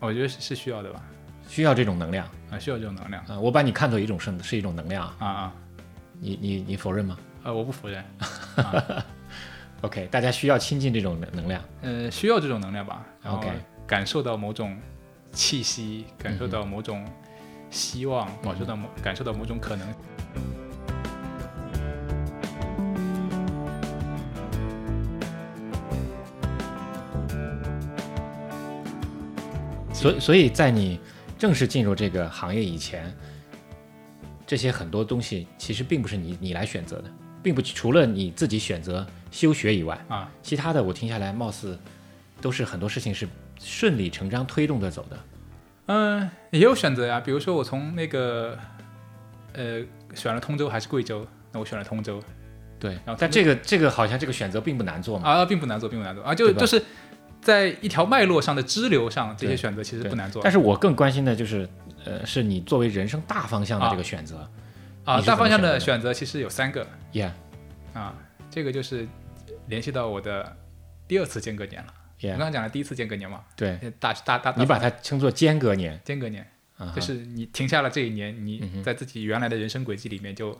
我觉得是是需要的吧，需要这种能量啊，需要这种能量啊、我把你看作一种是是一种能量啊，啊啊，你你你否认吗呃，我不否认， ？OK，大家需要亲近这种能能量。呃，需要这种能量吧，然后 OK 嗯感受到某种气息，感受到某种希望，感受到某感受到某种可能。所以所以在你正式进入这个行业以前，这些很多东西其实并不是你你来选择的，并不除了你自己选择休学以外啊，其他的我听下来貌似都是很多事情是顺理成章推动着走的。嗯，也有选择呀，比如说我从那个呃选了通州还是贵州，那我选了通州对然后但这个这个好像这个选择并不难做嘛。啊，并不难做，并不难做啊，就哦对吧就是在一条脉络上的支流上，这些对选择其实对不难做但是我更关心的就是，呃，是你作为人生大方向的啊这个选择。啊。你是怎大么方向选择的的选择其实有三个 Yeah, 啊，这个就是联系到我的第二次间隔年了。我 yeah，刚刚讲了第一次间隔年嘛，对，大大大大你把它称作间隔年，间隔年，啊哈就是你停下了这一年，嗯你哼在自己原来的人生轨迹里面就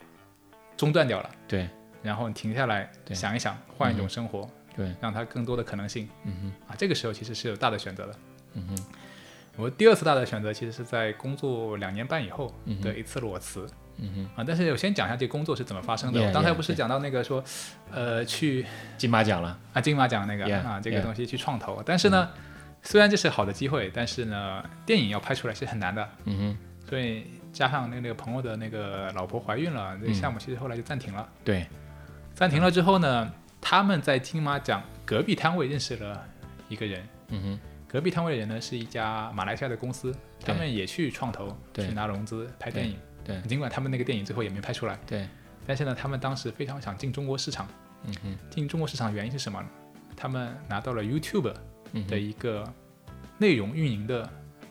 中断掉了，对然后你停下来对嗯想一想，换一种生活，对，让它更多的可能性嗯啊，这个时候其实是有大的选择的。哼嗯哼我第二次大的选择其实是在工作两年半以后嗯哼的一次裸辞嗯啊，但是我先讲一下这个工作是怎么发生的。 Yeah, 我刚才 yeah, 不是 yeah. 讲到那个说，呃，去哼，金马奖了，啊，金马奖那个 Yeah, 啊，这个 yeah. 嗯东西去创投。但是呢，虽然这是好的机会，但是呢，电影要拍出来是很难的，嗯哼，所以加上那个朋友的那个老婆怀孕了，这个项目其实后来就暂停了。对，暂停了之后呢，他们在金马奖隔壁摊位认识了一个人。嗯哼，隔壁摊位的人呢是一家马来西亚的公司，对他们也去创投，对去拿融资拍电影。对尽管他们那个电影最后也没拍出来，对，但是呢，他们当时非常想进中国市场。嗯哼，进中国市场原因是什么呢？他们拿到了 YouTube 嗯的哼一个内容运营的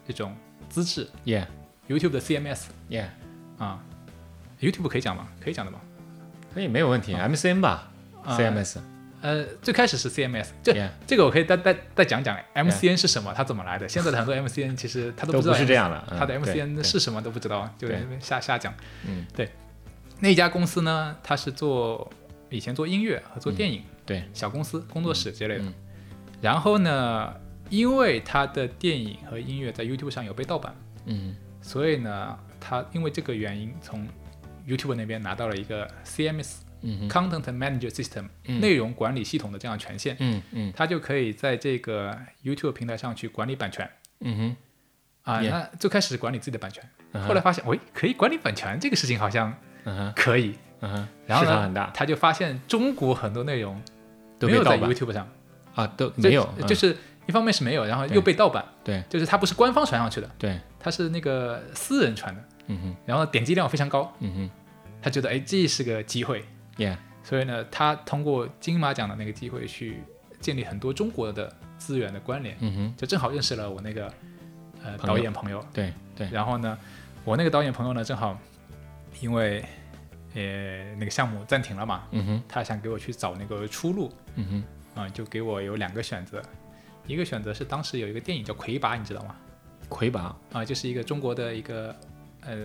这种资质，Yeah ，YouTube 的 CMS Yeah，啊，YouTube 可以讲吗？可以讲的吧？可以没有问题，MCN 吧啊，CMS，呃，最开始是 CMS，这 Yeah 这个我可以再再再讲讲 MCN 是什么，它怎么来的。现在的很多 MCN 其实它都都知道不是这样的，嗯它的对 MCN 对是什么都不知道，就对在那边瞎瞎讲。嗯，对。那家公司呢，它是做以前做音乐和做电影，嗯对，小公司工作室之类的。嗯嗯然后呢，因为它的电影和音乐在 YouTube 上有被盗版，嗯所以呢，它因为这个原因从 YouTube 那边拿到了一个 CMS 嗯哼 Content Manager System、嗯内容管理系统的这样权限，嗯嗯它就可以在这个 YouTube 平台上去管理版权。嗯哼，啊 Yeah 那最开始管理自己的版权嗯哼后来发现，喂，可以管理版权这个事情好像嗯哼可以。嗯哼，然后市呢，场很大，他就发现中国很多内容都没被有在盗版 YouTube 上，啊，都就没有，嗯就是一方面是没有，然后又对被盗版，对就是它不是官方传上去的，对，它是那个私人传的，嗯哼然后点击量非常高，嗯他觉得哎这是个机会，哼，Yeah，所以呢，他通过金马奖的那个机会去建立很多中国的资源的关联，嗯哼，就正好认识了我那个呃朋导友演朋友，对对，然后呢，我那个导演朋友呢正好因为呃那个项目暂停了嘛，嗯哼他想给我去找那个出路，嗯哼。啊、就给我有两个选择，一个选择是当时有一个电影叫《魁拔》，你知道吗？魁拔，啊、就是一个中国的一个呃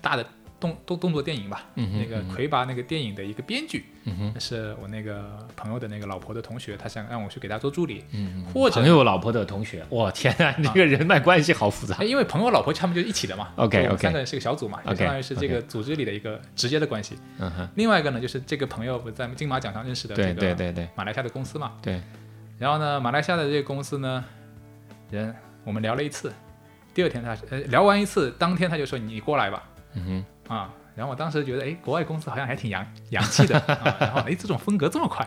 大的动动动作电影吧。嗯哼那个《魁拔》那个电影的一个编剧，嗯哼，是我那个朋友的那个老婆的同学，他想让我去给他做助理，嗯，或者朋友老婆的同学，我天啊，你这个人脉关系好复杂哎，。因为朋友老婆他们就一起的嘛 OK，就我们 OK 三个人是个小组嘛，就 OK，相当于是这个组织里的一个直接的关系。嗯哼，另外一个呢，就是这个朋友我在金马奖上认识的对这对个对对马来西亚的公司嘛，对，然后呢，马来西亚的这个公司呢，人我们聊了一次，第二天他呃聊完一次，当天他就说你过来吧嗯哼，啊。然后我当时觉得，哎，国外公司好像还挺洋 <laughs> 洋气的啊。然后哎，这种风格这么快，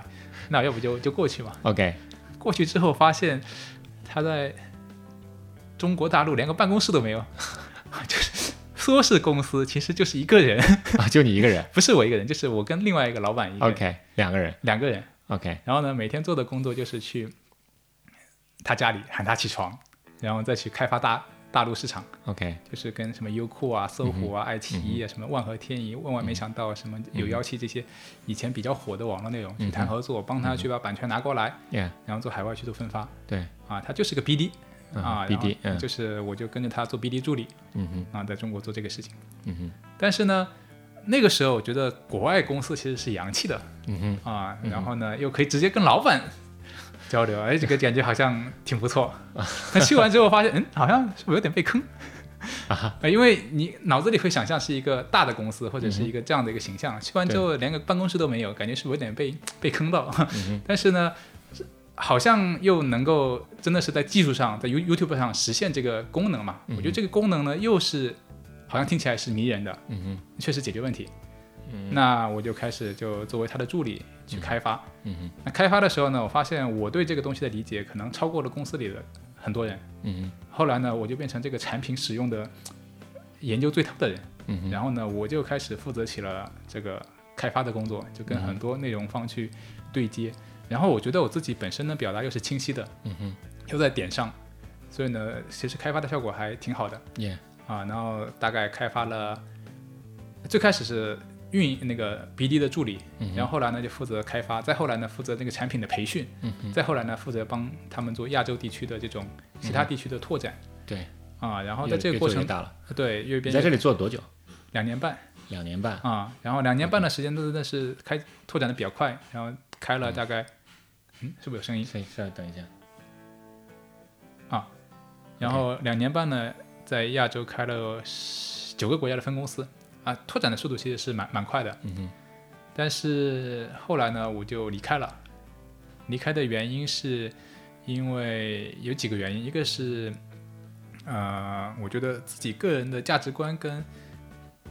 那要不就就过去嘛。 ，OK，过去之后发现他在中国大陆连个办公室都没有， <laughs> 就是说是公司，其实就是一个人， <laughs> 啊，就你一个人不是我一个人，就是我跟另外一个老板一个人，OK，两个人两个人。 ，OK，然后呢，每天做的工作就是去他家里喊他起床，然后再去开发大大陆市场， OK，就是跟什么优酷啊、搜狐啊、爱奇艺啊、什么万和天宜、万万没想到、什么有妖气这些以前比较火的网络内容去谈合作，帮他去把版权拿过来， yeah，然后做海外去做分发对，啊，他就是个 BD 嗯啊然后 BD，嗯就是我就跟着他做 BD 助理嗯哼，啊，在中国做这个事情。嗯哼，但是呢，那个时候我觉得国外公司其实是洋气的嗯哼，啊，然后呢又可以直接跟老 <laughs> 板交流，哎，这个感觉好像挺不错。啊 <laughs> 但去完之后发现，嗯，好像是不是有点被坑？啊呃因为你脑子里会想象是一个大的公司或者嗯是一个这样的一个形象，去完之后连个办公室都没有，感觉是不是有点被被坑到？嗯 <laughs> 但是呢，好像又能够真的是在技术上，在 You YouTube 上实现这个功能嘛？嗯我觉得这个功能呢，又是好像听起来是迷人的，嗯哼，确实解决问题。那我就开始就作为他的助理去开发。嗯嗯哼，那开发的时候呢，我发现我对这个东西的理解可能超过了公司里的很多人。嗯哼，后来呢，我就变成这个产品使用的研究最透的人。嗯哼，然后呢，我就开始负责起了这个开发的工作，就跟很多内容方去对接。然后我觉得我自己本身的表达又是清晰的，嗯哼又在点上，所以呢，其实开发的效果还挺好的。 ，yeah，啊，然后大概开发了，最开始是运那个 BD 的助理，嗯然后后来呢就负责开发，再后来呢负责这个产品的培训，嗯再后来呢负责帮他们做亚洲地区的这种其他地区的拓展、对，啊，然后越在这越个过做越程大了。对越你变在越这里做了多久？两年半两年半。啊，然后两年半的时间都真的是开拓展的比较快，然后开了大概，嗯，是不是有声音？所以稍微等一下。然后两年半呢，在亚洲开了十九个国家的分公司啊，拓展的速度其实是蛮蛮快的。嗯哼，但是后来呢，我就离开了。离开的原因是因为有几个原因，一个是呃，我觉得自己个人的价值观跟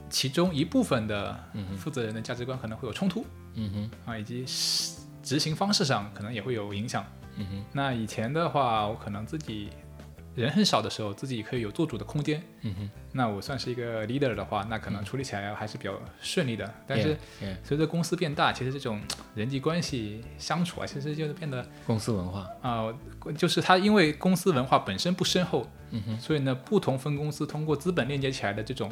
其中一部分的负责人的价值观可能会有冲突嗯哼，啊，以及实执行方式上可能也会有影响。嗯哼，那以前的话，我可能自己人很少的时候，自己可以有做主的空间。嗯哼，那我算是一个 leader 的话，那可能处理起来还是比较顺利的。但是 yeah, 随着公司变大，其实这种人际关系相处啊，其实就是变得公司文化。啊、就是它因为公司文化本身不深厚，嗯哼，所以呢，不同分公司通过资本链接起来的这种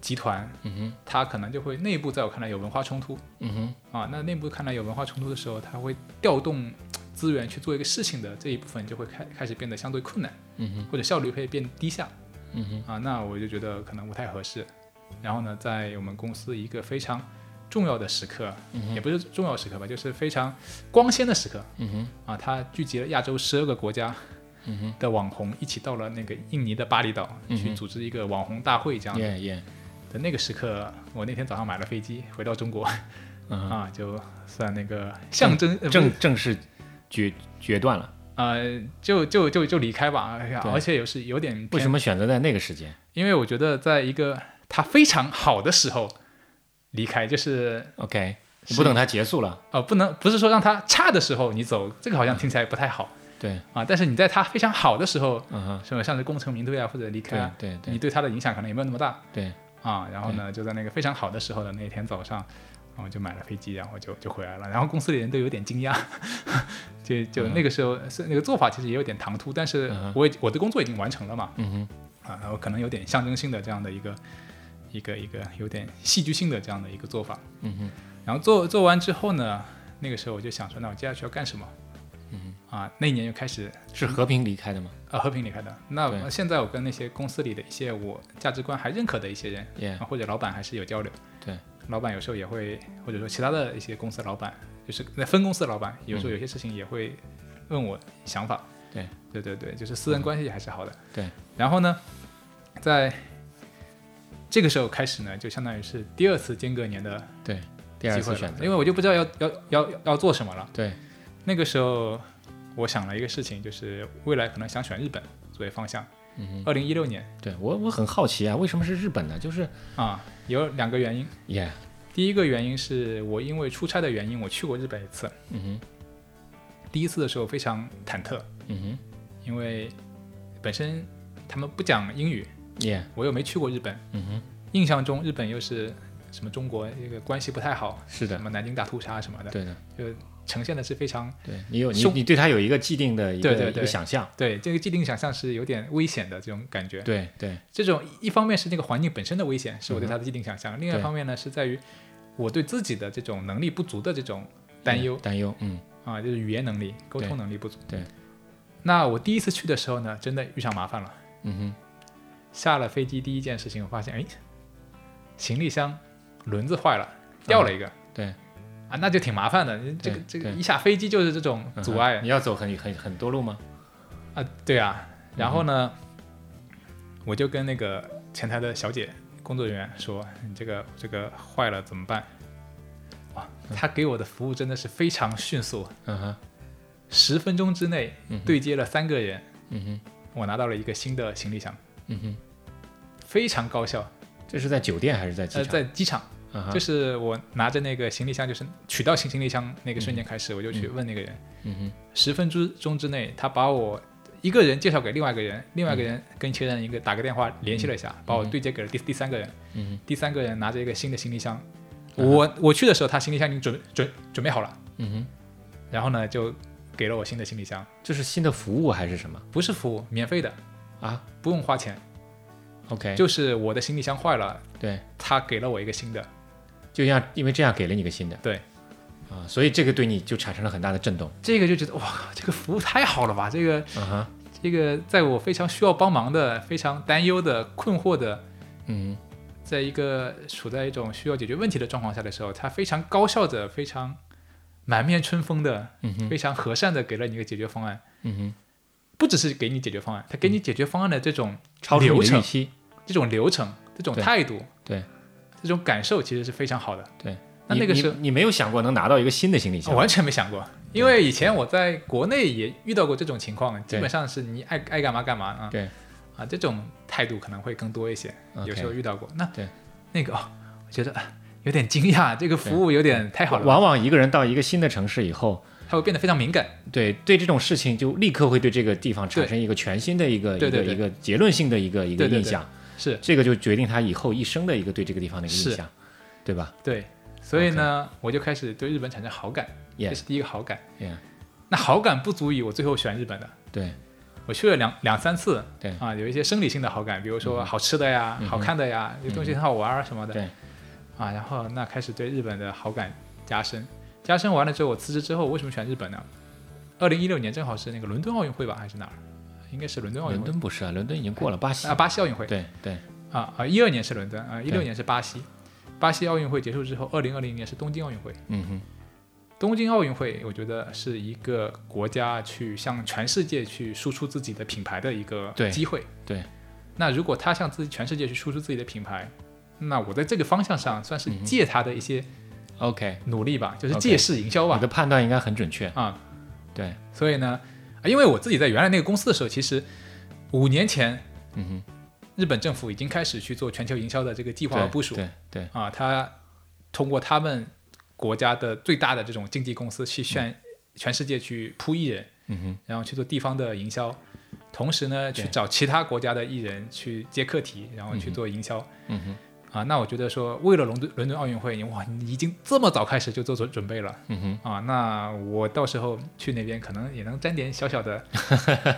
集团，嗯哼，它可能就会内部在我看来有文化冲突嗯哼，啊。那内部看来有文化冲突的时候，它会调动资源去做一个事情的这一部分就会开开始变得相对困难，嗯哼，或者效率会变低下。嗯哼，啊，那我就觉得可能不太合适。然后呢，在我们公司一个非常重要的时刻，也不是重要时刻吧，就是非常光鲜的时刻嗯哼，啊，它聚集了亚洲十二个国家嗯哼嗯的网红一起到了那个印尼的巴厘岛、去组织一个网红大会这样的。 ，yeah yeah，的那个时刻，我那天早上买了飞机回到中国、嗯哼，啊，就算那个象征呃不正正式决决断了。呃，就就就就离开吧，哎呀对而且也是有点为偏什么选择在那个时间因为我觉得在一个它非常好的时候离开，就是？OK，是你不等它结束了。呃不能不是说让它差的时候你走，这个好像听起来不太好对，啊。但是你在它非常好的时候，嗯哼，什么像是功成名退啊或者离开对啊，对你对对它的影响可能也没有那么大对，啊。然后呢，就在那个非常好的时候的那天早上。然后就买了飞机，然后就就回来了。然后公司里人都有点惊讶， <laughs> 就就那个时候是那个做法其实也有点唐突，但是嗯嗯哼我已我的工作已经完成了嘛，嗯哼，啊，然后可能有点象征性的这样的一个一个一个有点戏剧性的这样的一个做法。嗯哼，然后做做完之后呢，那个时候我就想说，那我接下去要干什么？嗯啊，那一年又开始是和平离开的吗呃和平离开的。那对现在我跟那些公司里的一些我价值观还认可的一些人？Yeah，啊，或者老板还是有交流。对，老板有时候也会，或者说其他的一些公司的老板，就是那分公司的老板，有时候有些事情也会问我想法。嗯对，嗯对对对，就是私人关系还是好的。对，然后呢，在这个时候开始呢，就相当于是第二次间隔年的对，机第二会次了选择因。为我就不知道要要要要做什么了。对，那个时候我想了一个事情，就是未来可能想选日本作为方向。嗯哼，二零一六年对我我很好奇啊，为什么是日本呢？就是啊，有两个原因。 ，Yeah，第一个原因是我因为出差的原因，我去过日本一次。嗯第一次的时候非常忐忑，哼，嗯因为本身他们不讲英语，哼，Yeah，我又没去过日本，嗯哼，印象中日本又是什么中国这个关系不太好，是什的，么南京大屠杀什么的，对的，就呈现的是非常对你有你胸你对他有一个既定的一个对对对一个想象，对这个既定想象是有点危险的这种感觉。对嗯对这种一方面是那个环境本身的危险，是我对它的既定想象；另外一对方面呢，是在于我对自己的这种能力不足的这种担忧嗯担忧，嗯啊，就是语言能力、沟对通能力不足。对那我第一次去的时候呢，真的遇上麻烦了。嗯哼，下了飞机第一件事情，我发现哎，行李箱轮子坏了，掉了一个、嗯对，啊，那就挺麻烦的。这个对这个对一下飞机就是这种嗯哼阻碍、你要走很很很多路吗？啊，对啊。嗯然后呢，我就跟那个前台的小姐工作人员说：“你这个这个坏了怎么办？”哇，她给我的服务真的是非常迅速，嗯哼，十分钟之内嗯哼对接了三个人，嗯哼，我拿到了一个新的行李箱，嗯哼，非常高效。这是在酒店还是在机呃，场？在机场。嗯哼就是我拿着那个行李箱，就是取到行行李箱那个瞬间开始，我就去问那个人，嗯哼，十分之钟之内，他把我一个人介绍给另外一个嗯人，另外一个人跟确认一个打个电话联系了一下，把我对接给了第第三个人，嗯哼，啊第三个人拿着一个新的行李箱，我我去的时候，他行李箱已经准准准备好了，嗯哼，然后呢就给了我新的行李箱，这是新的服务还是什么不是服务，免费的，啊不用花钱， ？OK，就是我的行李箱坏了，对，他给了我一个新的，就像因为这样给了你个新的，对啊，所以这个对你就产生了很大的震动。这个就觉得哇，靠这个服务太好了吧，这个。嗯哼，这个在我非常需要帮忙的、非常担忧的、困惑的，嗯在一个处在一种需要解决问题的状况下的时候，他非常高效的、非常满面春风的、嗯哼，非常和善的给了你一个解决方案。嗯哼，不只是给你解决方案，他给你解决方案的这种超出流你的预程、期。这种流程、这种对态度、对这种感受，其实是非常好的。对，那你那个你是哦你没有想过能拿到一个新的行李箱我，完全没想过，因为以前我在国内也遇到过这种情况，基本上是你爱爱干嘛干嘛啊。对，啊，这种态度可能会更多一些 OK 有时候遇到过。那对那个哦，我觉得啊有点惊讶，这个服务有点太好了吧，往往一个人到一个新的城市以后，他会变得非常敏感。对对这种事情就立刻会对这个地方产生一个全新的一个对一个对对一个结论性的一个一个对对对印象，是这个就决定他以后一生的一个对这个地方的一个是印象，对吧？对，所以呢我就开始对日本产生好感 Yeah 这是第一个好感。 Yeah 那好感不足以我最后选日本的，对，我去了两两三次，对嗯啊，有一些生理性的好感，比如说好吃的呀、好看的呀，这东西很好玩儿什么的，对啊，然后那开始对日本的好感加深，加深完了之后，我辞职之后为什么选日本呢？二零一六年正好是那个伦敦奥运会吧，还是哪儿？应该是伦敦奥运伦会敦不是啊，伦敦已经过了，巴西哦啊，，巴西奥运会对对，啊啊，一二年是伦敦啊，一六年是巴西，巴西奥运会结束之后，二零二零年是东京奥运会。嗯哼，东京奥运会，我觉得是一个国家去向全世界去输出自己的品牌的一个对机会。对那如果他向自己全世界去输出自己的品牌，那我在这个方向上算是借他的一些，OK，努力吧，就是嗯 OK 借势营销你吧。的判断应该很准确，啊，对，所以呢，啊因为我自己在原来那个公司的时候，其实五年前嗯日本政府已经开始去做全球营销的这个计哼，划和对部署对对，啊，他通过他们国家的最大的这种经纪公司去向全世界去铺艺人，嗯哼。然后去做地方的营销，同时呢去找其他国家的艺人去接课题，然后去做营销。嗯哼，啊，那我觉得说，为了伦敦伦敦奥运会，你哇，你已经这么早开始就做准准备了，嗯哼，啊，那我到时候去那边可能也能沾点小小 <laughs> 的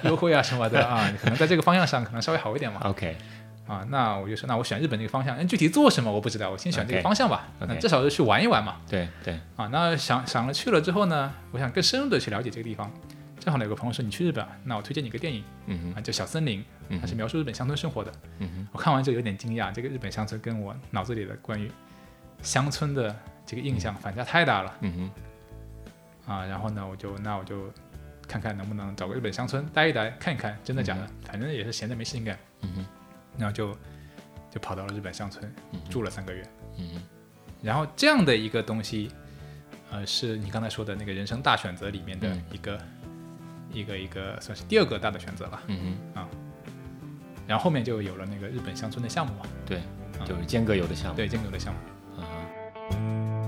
优惠啊什么的啊，可能在这个方向上可能稍微好一点嘛。 OK，啊，那我就说，那我选日本这个方向，哎那具体做什么我不知道，我先选这个 OK，方向吧。 OK 那至少是去玩一玩嘛。对对，啊，那想想了去了之后呢，我想更深入的去了解这个地方。正好呢有个朋友说你去日本啊，那我推荐你个电影嗯啊，叫《小森林》，嗯它是描述日本乡村生活的。哼，嗯我看完之后有点惊讶，这个日本乡村跟我脑子里的关于乡村的这个印象反差太大了。哼，嗯哼，啊，然后呢，我就那我就看看能不能找个日本乡村待一待，看一看，真的假的，反正也是闲着没事情干，嗯哼，然后就就跑到了日本乡村住了三个月，嗯哼，然后这样的一个东西，呃，是你刚才说的那个人生大选择里面的嗯一个、一个一个算是第二个大的选择吧，嗯然后后面就有了那个日本乡村的项目嘛，哼，对，就是间隔有的项目，对，金牛的项目。嗯啊哈。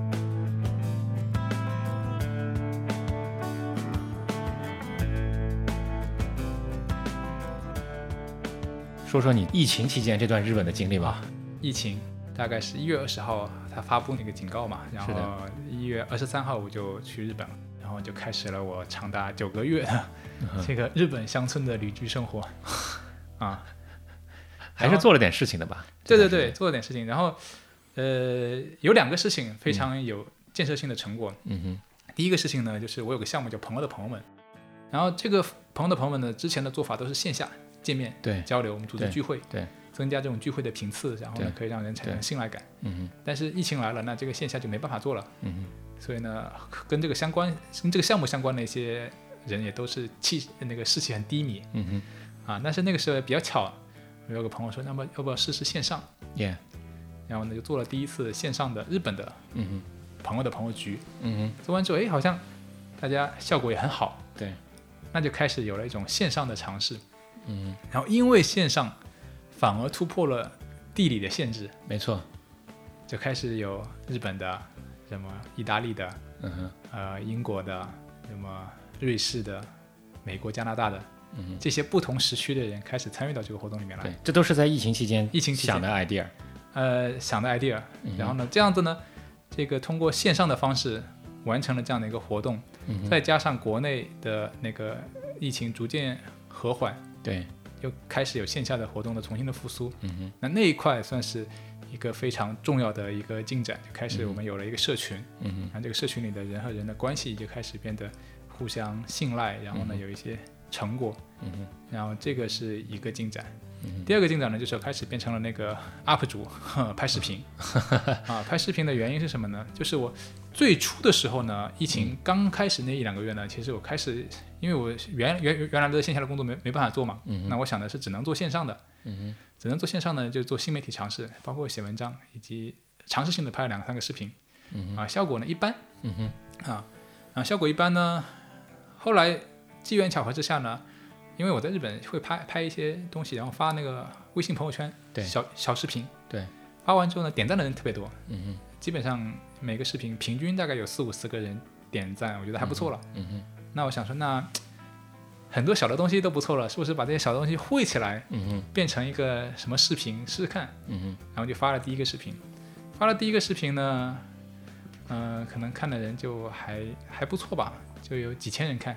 说说你疫情期间这段日本的经历吧。疫情大概是一月二十号，他发布那个警告嘛，然是后的一月二十三号我就去日本了，然然后就开始了我长达九个月的这个日本乡村的旅居生活啊。还是做了点事情的吧？对对对，做了点事情，然后呃，有两个事情非常有建设性的成果。嗯哼，第一个事情呢，就是我有个项目叫朋友的朋友们，然后这个朋友的朋友们呢，之前的做法都是线下见面对，交流，我们组织对聚会，对，增加这种聚会的频次，然后呢对可以让人产生对信赖感。嗯但是疫情来了，那这个线下就没办法做了，哼，嗯哼，所以呢，跟这个相关跟这个项目相关的一些人也都是气那个士气很低迷嗯哼啊。但是那个时候也比较巧，我有个朋友说，那么要不要试试线上？ ，yeah，然后呢就做了第一次线上的日本的嗯哼，朋友的朋友局，嗯哼，做完之后，哎，好像大家效果也很好，对，那就开始有了一种线上的尝试。嗯然后因为线上，反而突破了地理的限制，哼，没错，就开始有日本的、什么意大利的、嗯哼，呃英国的、什么瑞士的、美国、加拿大的嗯哼，这些不同时区的人开始参与到这个活动里面对来，，这都是在疫情期间疫情期间想的 idea。呃，想的 idea，然嗯后呢，这样子呢，这个通过线上的方式完成了这样的一个活动，嗯哼，再加上国内的那个疫情逐渐和缓，对，又开始有线下的活动的重新的复苏，嗯哼，那那一块算是一个非常重要的一个进展，就开始我们有了一个社群，嗯哼，然后这个社群里的人和人的关系就开始变得互相信赖，然后呢有一些成果，嗯哼，然后这个是一个进展。嗯哼第二个进展呢，就是开始变成了那个 UP 主呵拍 <laughs> 视频啊。拍视频的原因是什么呢？就是我最初的时候呢，嗯疫情刚开始那一两个月呢，其实我开始，因为我原原原来的线下的工作没没办法做嘛，嗯那我想的是只能做线上的，嗯哼，只能做线上呢，就做新媒体尝试，包括写文章以及尝试性的拍了两三个视频，嗯啊，效果呢一般嗯哼，啊，啊效果一般呢，后来机缘巧合之下呢，因为我在日本会拍拍一些东西，然后发那个微信朋友圈，对小小视频，对，发完之后呢，点赞的人特别多，嗯哼，基本上每个视频平均大概有四五十个人点赞，我觉得还不错了。嗯哼，那我想说，那很多小的东西都不错了，是不是把这些小东西汇起来，嗯哼，变成一个什么视频试试看？嗯哼，然后就发了第一个视频，发了第一个视频呢，嗯、可能看的人就还还不错吧，就有几千人看，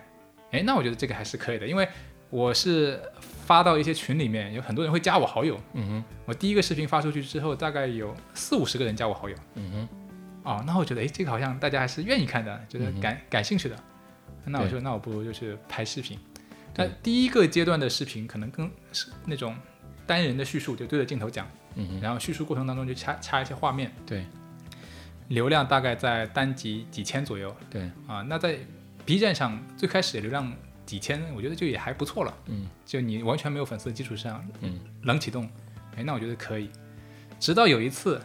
哎，那我觉得这个还是可以的，因为我是发到一些群里面，有很多人会加我好友，嗯哼，我第一个视频发出去之后，大概有四五十个人加我好友，嗯哼，哦，那我觉得哎，这个好像大家还是愿意看的，觉得感、感兴趣的，那我嗯对说那我不如就是拍视频，那对第一个阶段的视频可能更是那种单人的叙述，就对着镜头讲。嗯哼，然后叙述过程当中就插插一些画面，对，流量大概在单集几千左右对，啊。那在 B 站上最开始流量几千，我觉得就也还不错了。嗯，就你完全没有粉丝的基础上，嗯，冷启动，哎，那我觉得可以。直到有一次，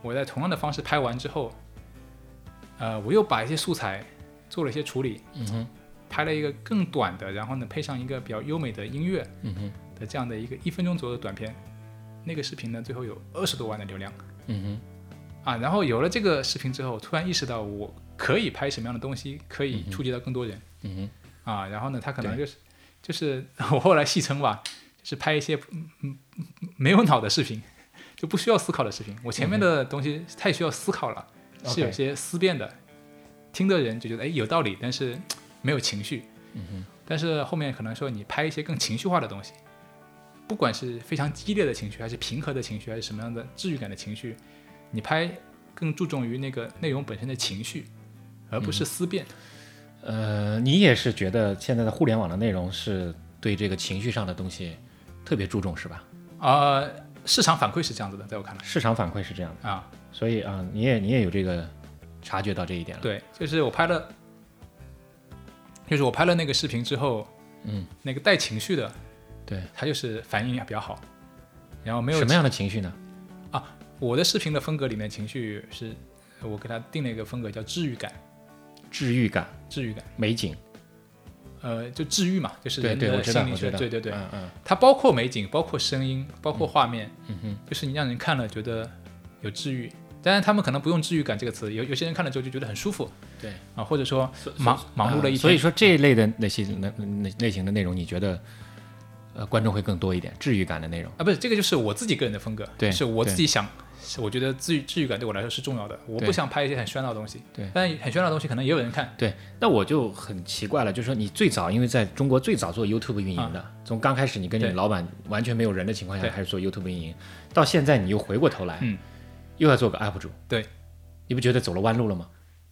我在同样的方式拍完之后，呃，我又把一些素材做了一些处理，嗯哼，拍了一个更短的，然后呢配上一个比较优美的音乐嗯哼，的这样的一个一分钟左右的短片。那个视频呢，最后有二十多万的流量。嗯哼，啊，然后有了这个视频之后，我突然意识到我可以拍什么样的东西，可以触及到更多人、嗯哼，啊。然后呢，他可能就是就是我 <laughs> 后来戏称吧，就是拍一些嗯嗯嗯没有脑的视频，就不需要思考的视频。我前面的东西太需要思考了，是嗯有 OK 些思辨的，听的人就觉得哎有道理，但是没有情绪。嗯哼，但是后面可能说你拍一些更情绪化的东西，不管是非常激烈的情绪，还是平和的情绪，还是什么样的治愈感的情绪，你拍更注重于那个内容本身的情绪，而嗯不是思辨。呃，你也是觉得现在的互联网的内容是对这个情绪上的东西特别注重是吧？呃，市场反馈是这样子的，在我看来市场反馈是这样的，啊，所以啊，你也你也有这个察觉到这一点了。，对，就是我拍了，就是我拍了那个视频之后，嗯，那个带情绪的，对，它就是反应也比较好，然后没有什么样的情绪呢？我的视频的风格里面情绪是，我给它定了一个风格叫治愈感，治愈感、治愈感。美景，呃，就治愈嘛，就是对人对，我的知道，我心灵知学，道，对对对，嗯嗯它包括美景，包括声音，包括画面，嗯哼，就是你让人看了觉得有治愈。当然，他们可能不用“治愈感”这个词，有有些人看了之后就觉得很舒服对，啊，或者说忙忙碌了一天，嗯所以说这一类的那些那那类型的内容，你觉得呃观众会更多一点，治愈感的内容。啊，不是这个就是我自己个人的风格，对就是我自己想是我觉得治愈治愈感对我来说是重要的。我不对想拍一些很喧闹的东西，对但很喧闹的东西可能也有人看，对，那我就很奇怪了，就是说你最早因为在中国最早做 YouTube 运营的，从刚开始你跟你啊对老板完全没有人的情况下对开始做 YouTube 运营，到现在你又回过头来，嗯又要做个 UP 主，对，你不觉得走了弯路了吗？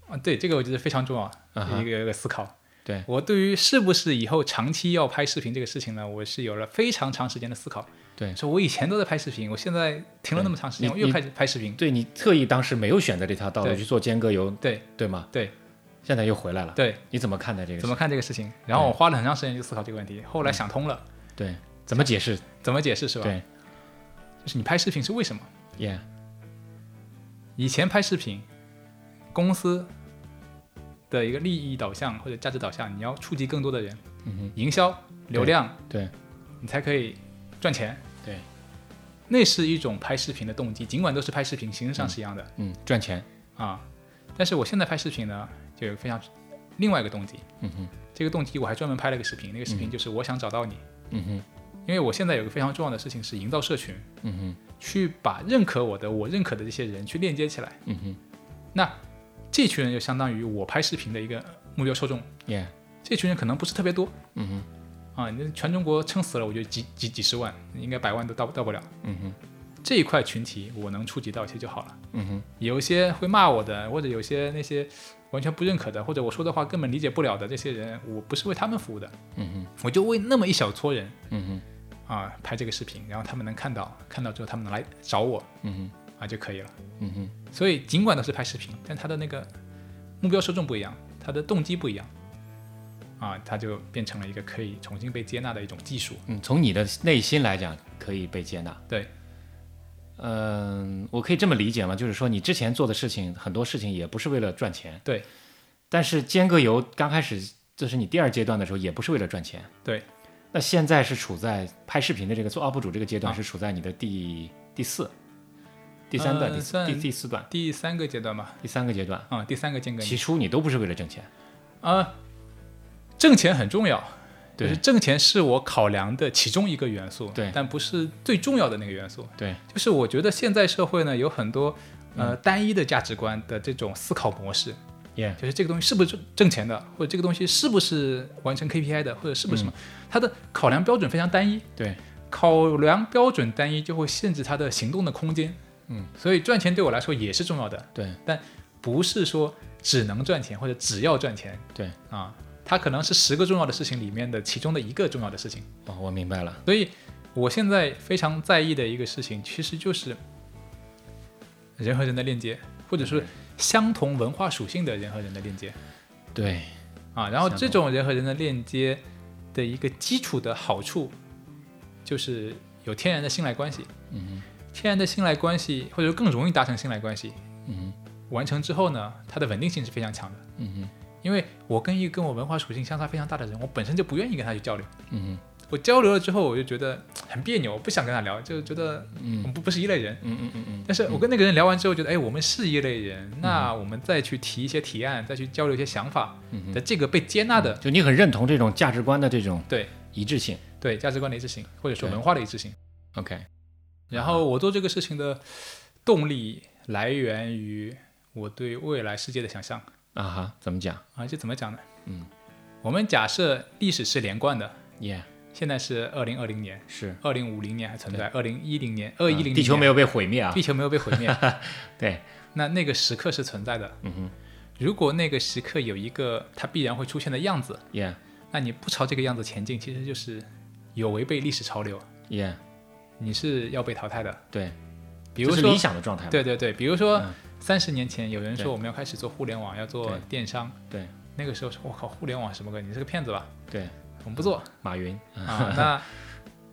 啊，对，这个我觉得非常重要，嗯啊哈一个一个思考。对我对于是不是以后长期要拍视频这个事情呢，我是有了非常长时间的思考。对说我以前都在拍视频，我现在停了那么长时间，对我你又开始拍视频。对你特意当时没有选择这条道路对去做间隔游，对对吗？对现在又回来了，对，你怎么看待这个事？怎么看这个事情？然后我花了很长时间去思考这个问题，后来想通了，对？怎么解释？怎么解释是吧？嗯对就是你拍视频是为什么？ ，Yeah，以前拍视频，公司的一个利益导向或者价值导向，你要触及更多的人，嗯哼，营销流量，对你才可以赚钱。对，那是一种拍视频的动机，尽管都是拍视频，形式上是一样的、嗯，赚钱，啊。但是我现在拍视频呢，就有非常另外一个动机。嗯哼，这个动机我还专门拍了个视频，那个视频就是我想找到你，嗯哼，因为我现在有个非常重要的事情是营造社群，嗯哼，去把认可我的、我认可的这些人去链接起来。嗯哼那这群人就相当于我拍视频的一个目标受众， ，Yeah，这群人可能不是特别多嗯哼，啊，你全中国撑死了，我觉得几几几十万，应该百万都到到不了。嗯哼，这一块群体我能触及到，其实就好了。嗯哼，有一些会骂我的，或者有些那些完全不认可的，或者我说的话根本理解不了的这些人，我不是为他们服务的，嗯哼，我就为那么一小撮人嗯哼，啊拍这个视频，然后他们能看到，看到之后他们能来找我嗯哼，啊就可以了。嗯哼，所以尽管都是拍视频，但他的那个目标受众不一样，他的动机不一样，啊，他就变成了一个可以重新被接纳的一种技术。嗯，从你的内心来讲，可以被接纳。对，嗯，我可以这么理解吗？就是说，你之前做的事情，很多事情也不是为了赚钱。对，但是间隔游刚开始，这是你第二阶段的时候，也不是为了赚钱。对，那现在是处在拍视频的这个做 UP 主这个阶段，啊是处在你的第第四、第三段、呃第四第算第四段、第三个阶段吧，第三个阶段。啊，第三个间隔年起初你都不是为了挣钱，啊，挣钱很重要，就对是挣钱是我考量的其中一个元素，对但不是最重要的那个元素。对，嗯就是我觉得现在社会呢有很多呃单一的价值观的这种思考模式，耶、就是这个东西是不是挣挣钱的，或者这个东西是不是完成 KPI 的，或者是不是什么，它的考量标准非常单一。嗯对，考量标准单一就会限制它的行动的空间。嗯，所以赚钱对我来说也是重要的，对，不是说只能赚钱或者只要赚钱。对，啊，它可能是十个重要的事情里面的其中的一个重要的事情。哦，我明白了，所以我现在非常在意的一个事情，其实就是人和人的链接，或者说相同文化属性的人和人的链接。对，啊，然后相这同种人和人的链接的一个基础的好处，就是有天然的信赖关系。嗯天然的信赖关系，或者说更容易达成信赖关系，哼，嗯完成之后呢，它的稳定性是非常强的。哼，嗯哼，因为我跟一个跟我文化属性相差非常大的人，我本身就不愿意跟他去交流。嗯哼。我交流了之后，我就觉得很别扭，我不想跟他聊，就觉得我嗯们不不是一类人。嗯嗯嗯嗯但是我跟那个人聊完之后，觉得哎，我们是一类人，那我们再去提一些提案，再去交流一些想法嗯的这个被接纳的，就你很认同这种价值观的这种对一致性。对价值观的一致性，或者说对文化的一致性。 OK，然后我做这个事情的动力来源于我对未来世界的想象啊哈，怎么讲啊，这怎么讲呢？嗯，我们假设历史是连贯的， ？Yeah，现在是二零二零年，是二零五零年还存在，二零一零年、二一零，嗯地球没有被毁灭啊地。球没有被毁灭， <laughs> 对，那那个时刻是存在的。嗯哼如果那个时刻有一个它必然会出现的样子， ，Yeah，Yeah，那你不朝这个样子前进，其实就是有违背历史潮流，你是要被淘汰的。对，比如这是说理想的状态嘛。对对对，比如说嗯三十年前有人对说我们要开始做互联网，要做对电商，对那个时候说我靠，互联网什么鬼？你是个骗子吧？对，我们不 <laughs> 做马云啊。那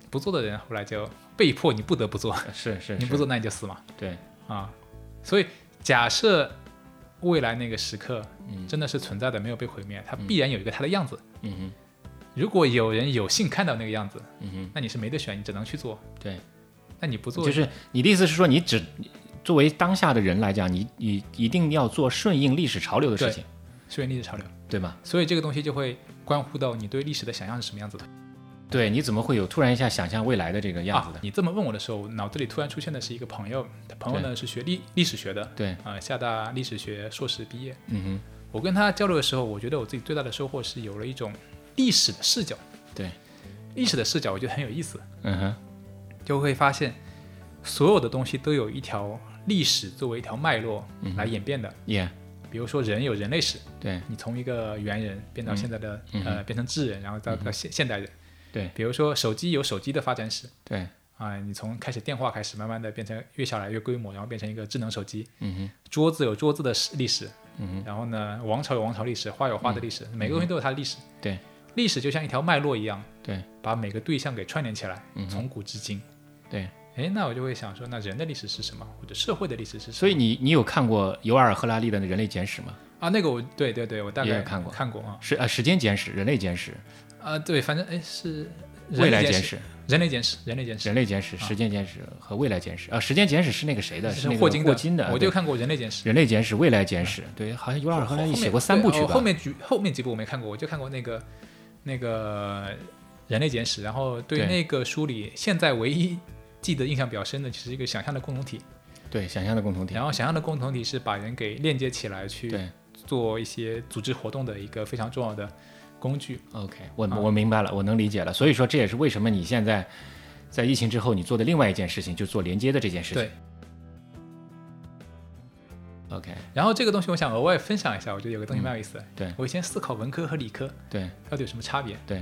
不做的人后来就被迫你不得不做， <laughs> 是是你不是做那你就死嘛对，啊。所以假设未来那个时刻嗯真的是存在的，没有被毁灭，它必然有一个它的样子。嗯哼如果有人有幸看到那个样子，嗯哼，那你是没得选，你只能去做。对，那你不做就是你的意思是说，你只作为当下的人来讲，你你一定要做顺应历史潮流的事对情，顺应历史潮流，对吗？所以这个东西就会关乎到你对历史的想象是什么样子的。对，你怎么会有突然一下想象未来的这个样啊子的？，你这么问我的时候，脑子里突然出现的是一个朋友，他朋友呢是学历历史学的，对，啊、厦大历史学硕士毕业。嗯我跟他交流的时候，我觉得我自己最大的收获是有了一种历史的视角，哼，对，历史的视角我觉得很有意思，嗯哼，就会发现所有的东西都有一条历史作为一条脉络嗯来演变的。也、比如说人有人类史，对，你从一个猿人变嗯到现在的、呃变成智人，然后到到现、现代人。对比如说手机有手机的发展史对，啊、你从开始电话开始，慢慢的变成越小来越规模，然后变成一个智能手机。嗯哼，桌子有桌子的史历史，嗯、然后呢，王朝有王朝历史，花有花的历史，每个东西都有它的历史。嗯对，历史就像一条脉络一样，对，嗯把每个对象给串联起来，从古至今。对。哎，那我就会想说，那人的历史是什么，或者社会的历史是什么？所以你你有看过尤瓦尔赫拉利的《人类简史》吗？啊，那个我对对对，我大也概有看过看过啊是呃，《时间简史》《人类简史》啊，对，反正哎是《未来简简史、史》人类简史、人类简《史人类简史》《时间简史》和《未来简史》啊，《时间简史》是那个谁的？是那个霍金霍金的。我就对看过人类简史《人类简史》《未来简史》，对，好像尤瓦尔赫拉利后写面过三部对曲哦吧？后面几后面几部我没看过，我就看过那个那个人类简史，然后对对那个书里现在唯一记得印象比较深的就是一个想象的共同体，对，想象的共同体然。后想象的共同体是把人给链接起来去对做一些组织活动的一个非常重要的工具。 ，OK，我嗯我明白了，我能理解了。所以说，这也是为什么你现在在疫情之后，你做的另外一件事情，就做连接的这件事情。对， OK，然后这个东西我想额外分享一下，我觉得有个东西蛮有意思的。嗯对我以前思考文科和理科对到底有什么差别，对，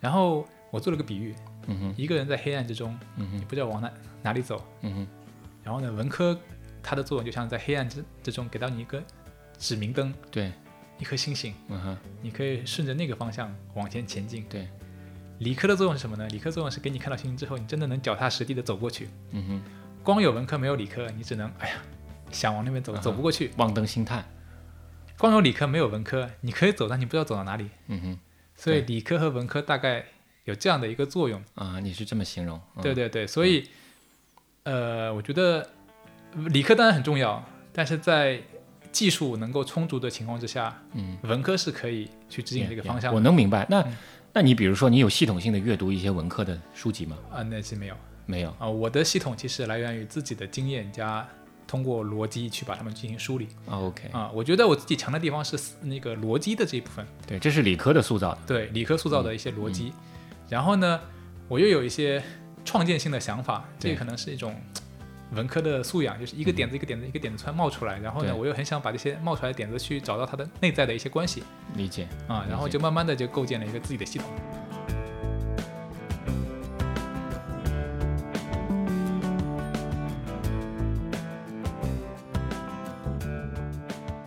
然后我做了个比喻，嗯哼，一个人在黑暗之中，嗯你不知道往哪哪里走，嗯哼，然后呢，文科它的作用就像在黑暗之之中给到你一个指明灯，对，一颗星星，嗯哼，你可以顺着那个方向往前前进。对，理科的作用是什么呢？理科作用是给你看到星星之后，你真的能脚踏实地的走过去。嗯哼，光有文科没有理科，你只能哎呀，想往那边嗯走走不过去。望登星探，光有理科没有文科，你可以走，但你不知道走到哪里。嗯哼，所以理科和文科大概有这样的一个作用。啊，你是这么形容？嗯对对对，所以，呃，我觉得理科当然很重要，但是在技术能够充足的情况之下，嗯，文科是可以去指引这个方向我的。嗯能明白。那那你比如说，你有系统性的阅读一些文科的书籍吗？啊，那是没有没有。啊，我的系统其实来源于自己的经验加通过逻辑去把它们进行梳理啊 OK，啊。我觉得我自己强的地方是思那个逻辑的这一部分，对，这是理科的塑造的。对理科塑造嗯的一些逻辑。然后呢，我又有一些创建性的想法，这对嗯可能是一种文科的素养，就是一个点子一个点子一个点子突然冒出来，然后呢，对我又很想把这些冒出来的点子去找到它的内在的一些关系理解。啊，然后理解就慢慢的就构建了一个自己的系统。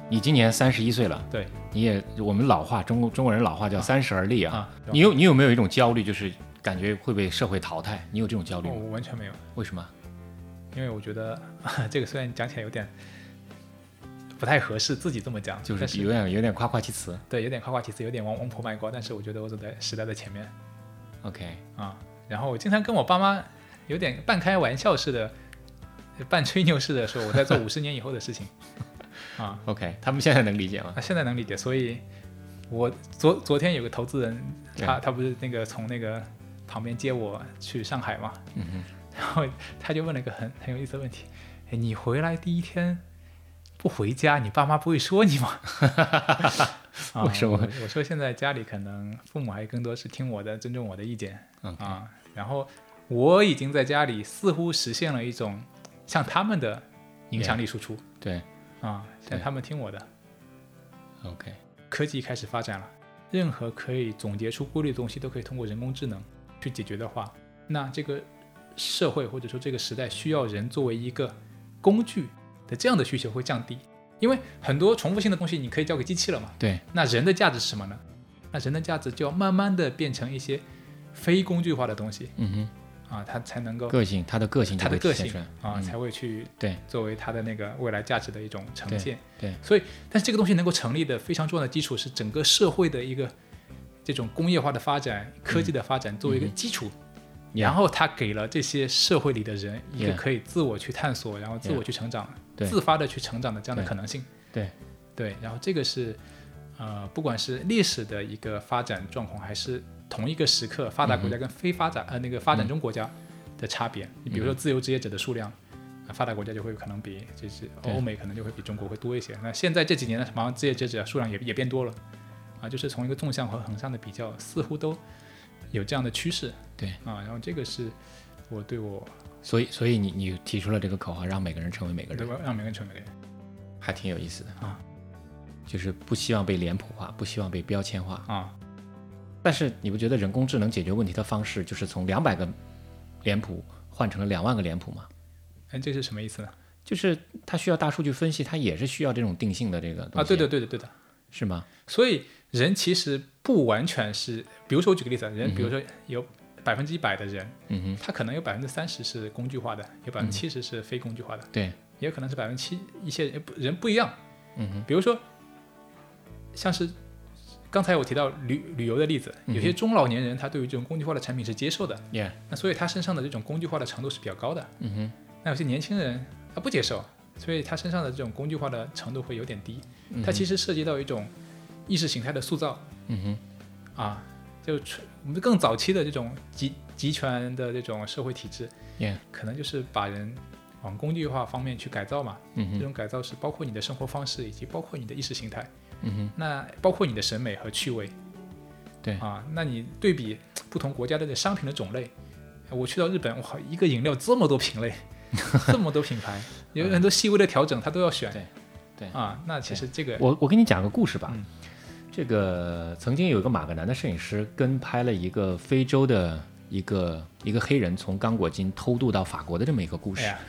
你今年三十一岁了，对你也我们老话，中国中国人老话叫三十而立啊。啊，然你有你有没有一种焦虑，就是感觉会被社会淘汰？你有这种焦虑后吗？哦我完全没有，为什么？因为我觉得、 <laughs> 这个虽然讲起来有点不太合适，自己这么讲，就但是有点有点夸夸其词。对有点夸夸其词，有点王王婆卖瓜，但是我觉得我走在时代的前面。 OK，啊，然后我经常跟我爸妈有点半开玩笑似的、半吹牛似的说我在做五十年以后的事情啊， OK，他们现在能理解吗？那现在能理解，所以我昨昨天有个投资人，他他不是那个从那个旁边接我去上海嘛，嗯然后他就问了一个很很有意思的问题，哎，你回来第一天。不回家，你爸妈不会说你吗？ <laughs> 啊 <laughs> 为什么我我说现在家里可能父母还更多是听我的，尊重我的意见。嗯 OK 啊，然后我已经在家里似乎实现了一种像他们的影响力输出对啊，像对他们听我的。 ，OK，科技开始发展了，任何可以总结出规律的东西都可以通过人工智能去解决的话，那这个社会或者说这个时代需要人作为一个工具的这样的需求会降低，因为很多重复性的东西你可以交给机器了嘛。对那人的价值是什么呢？那人的价值就要慢慢的变成一些非工具化的东西，嗯哼，啊，它才能够个性，他的个性就他的会个体现性出来啊，嗯才会去对作为他的那个未来价值的一种呈现。对对所以但是这个东西能够成立的非常重要的基础是整个社会的一个这种工业化的发展、科技的发展作为一个基础，嗯 Yeah 然后它给了这些社会里的人一个 Yeah 可以自我去探索，然后自我去成长、对自发的去成长的这样的对可能性。对对，然后这个是呃，不管是历史的一个发展状况，还是同一个时刻发达嗯国家跟非发达、呃那个发展中国家的差别。你嗯比如说自由职业者的数量。啊发达国家就会可能比就是对欧美可能就会比中国会多一些。那现在这几年呢，马上职业职者数量也也变多了，啊，就是从一个纵向和横向的比较，似乎都有这样的趋势。对啊，然后这个是我对我所以所以你你提出了这个口号，让每个人成为每个对人，我让每个人成为还挺有意思的啊，就是不希望被脸谱化，不希望被标签化。啊，但是你不觉得人工智能解决问题的方式就是从两百个脸谱换成了两万个脸谱吗？哎，这是什么意思呢？就是它需要大数据分析，它也是需要这种定性的这个东西啊，对的，，对的，对的。是吗？所以人其实不完全是，比如说我举个例子啊，人比如说有百分之一百的人，嗯哼，他可能有百分之三十是工具化的，嗯有百分之七十是非工具化的，对，也有可能是百分之七一些人不人不一样。嗯哼，比如说，像是刚才我提到旅旅游的例子，嗯有些中老年人他对于这种工具化的产品是接受的，耶、那所以他身上的这种工具化的程度是比较高的。嗯哼，那有些年轻人他不接受，所以他身上的这种工具化的程度会有点低。它其实涉及到一种意识形态的塑造嗯哼，啊，就纯我们更早期的这种集集权的这种社会体制，耶、可能就是把人往工具化方面去改造嘛。嗯这哼，种改造是包括你的生活方式，以及包括你的意识形态。嗯哼，那包括你的审美和趣味。对啊，那你对比不同国家的这商品的种类，我去到日本，哇，一个饮料这么多品类，这么多品牌，有很多细微的调整，它都要选。嗯对对啊，那其实这个我我给你讲个故事吧。嗯这个曾经有一个马格南的摄影师跟拍了一个非洲的一个一个黑人从刚果金偷渡到法国的这么一个故哎事。呀，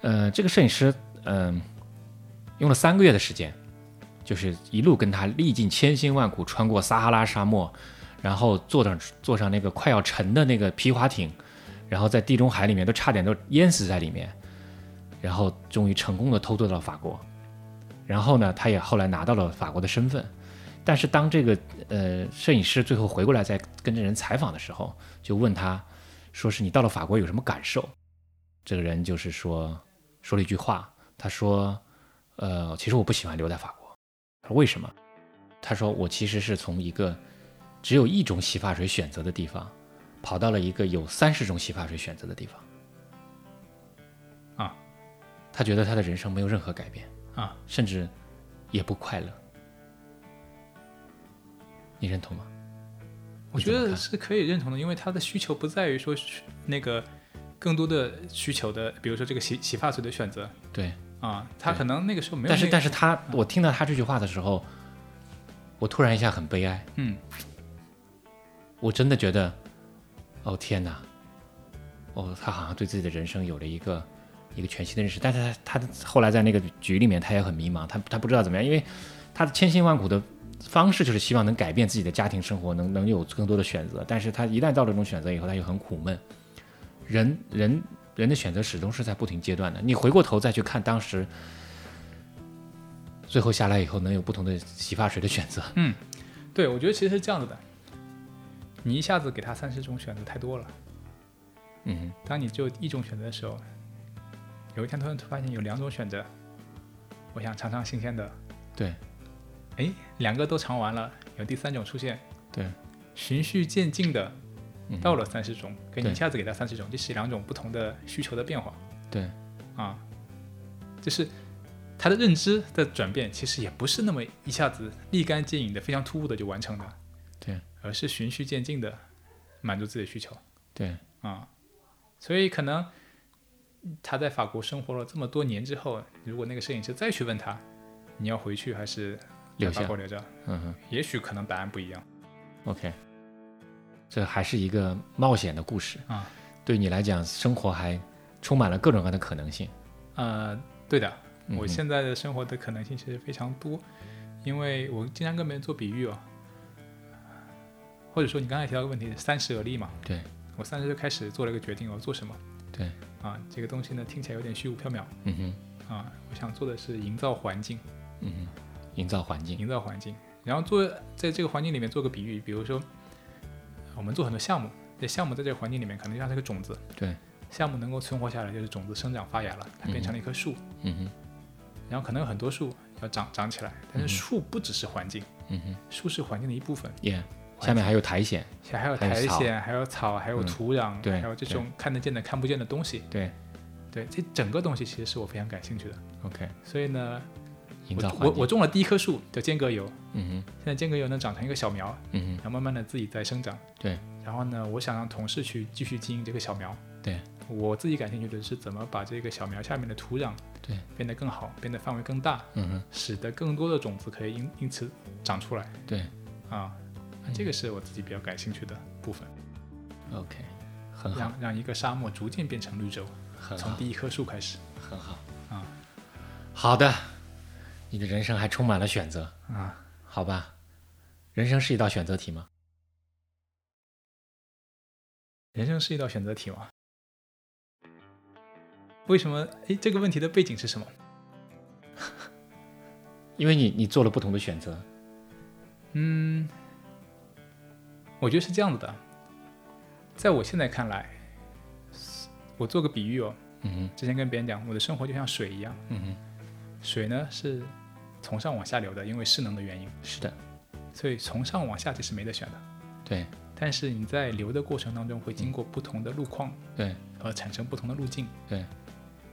呃，这个摄影师，嗯、用了三个月的时间，就是一路跟他历尽千辛万苦，穿过撒哈拉沙漠，然后坐上坐上那个快要沉的那个皮划艇，然后在地中海里面都差点都淹死在里面，然后终于成功的偷渡到了法国，然后呢，他也后来拿到了法国的身份。但是当这个呃摄影师最后回过来再跟这人采访的时候，就问他，说是你到了法国有什么感受？这个人就是说说了一句话，他说：“呃，其实我不喜欢留在法国。”他说：“为什么？”他说：“我其实是从一个只有一种洗发水选择的地方，跑到了一个有三十种洗发水选择的地方。”啊，他觉得他的人生没有任何改变啊，甚至也不快乐。你认同吗？我你觉怎么得看是可以认同的，因为它的需求不在于说需那个更多的需求的，比如说这个洗洗发水的选择对，啊，他对可能那个时候没有、那但是个嗯但是他，我听到他这句话的时候，我突然一下很悲哀。嗯，我真的觉得，哦天哪，哦，他好像对自己的人生有了一个一个全新的认识。但是他他后来在那个局里面，他也很迷茫，他他不知道怎么样，因为他的千辛万苦的方式就是希望能改变自己的家庭生活，能能有更多的选择。但是他一旦到了这种选择以后，他又很苦闷。人人人的选择始终是在不停阶段的。你回过头再去看当时。最后下来以后，能有不同的洗发水的选择。对，我觉得其实是这样子的，你一下子给他三十种选择太多了。嗯当你只有一种选择的时候，有一天突然发现有两种选择，我想尝尝新鲜的，哼，对哎，两个都尝完了，有第三种出现，对，循序渐进的嗯哼到了三十种，给你对一下子给他三十种，这是两种不同的需求的变化对，啊，就是他的认知的转变，其实也不是那么一下子立竿见影的、非常突兀的就完成的，对，而是循序渐进的满足自己的需求。对，啊、所以可能他在法国生活了这么多年之后，如果那个摄影师再去问他，你要回去还是留在法下国留着？嗯哼也许可能答案不一样。 ，OK，这还是一个冒险的故事啊。对你来讲，生活还充满了各种各样的可能性。呃，对的，嗯我哼现在的生活的可能性其实非常多，因为我经常跟别人做比喻哦，或者说你刚才提到一个问题，三十而立嘛，对我三十就开始做了一个决定，我要做什么对，啊？这个东西呢，听起来有点虚无缥缈嗯哼，啊，我想做的是营造环境。嗯哼，营造环境。营造环境，然后做在这个环境里面做个比喻，比如说我们做很多项目，这项目在这个环境里面可能就像是个种子，对，项目能够存活下来就是种子生长发芽了，它变成了一棵树，嗯哼，然后可能有很嗯多树要长长起来，但是树不只是环境，嗯哼，树是环境的一部分，耶、下面还有苔藓，还有苔藓，还有草，还有土壤，对还有这种看得见的、看不见的东西。对对，这整个东西其实是我非常感兴趣的。 ，OK，所以呢，营造我环我境，我种了第一棵树叫间隔油，嗯现在间隔油呢长成一个小苗，哼，嗯然后慢慢的自己在生长。哼，对，然后呢，我想让同事去继续经营这个小苗。对，我自己感兴趣的是怎么把这个小苗下面的土壤对变得更好，变得范围更大，嗯哼，使得更多的种子可以因因此长出来对啊。嗯那这个是我自己比较感兴趣的部分， ，OK，很好，让让一个沙漠逐渐变成绿洲，很从好，第一棵树开始很好，啊，好的，你的人生还充满了选择，啊。好吧？人生是一道选择题吗？人生是一道选择题吗？为什么？诶，这个问题的背景是什么？因为你你做了不同的选择，嗯，我觉得是这样子的，在我现在看来，我做个比喻哦，嗯哼，之前跟别人讲，我的生活就像水一样，嗯哼，水呢是从上往下流的，因为势能的原因，是的，所以从上往下这是没得选的。对但是你在流的过程当中，会经过不同的路况对而产生不同的路径。对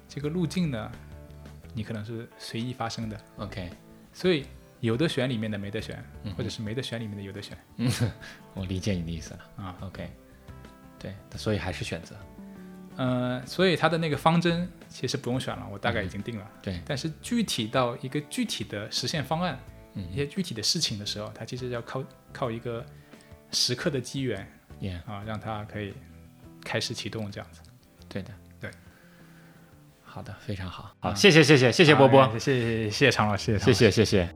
这个路径呢，你可能是随意发生的， ，OK，所以有的选里面的没得选，嗯哼或者是没得选里面的有的选嗯，我理解你的意思了啊。 ，OK，对，所以还是选择，呃，所以它的那个方针其实不用选了，我大概已经定了。嗯对，但是具体到一个具体的实现方案，嗯一些具体的事情的时候，它其实要靠靠一个时刻的机缘，Yeah，啊，让它可以开始启动这样子。对的，对，啊好的，非常好，好，谢谢谢谢谢谢谢波波，啊谢谢谢谢谢常老师，谢谢谢谢。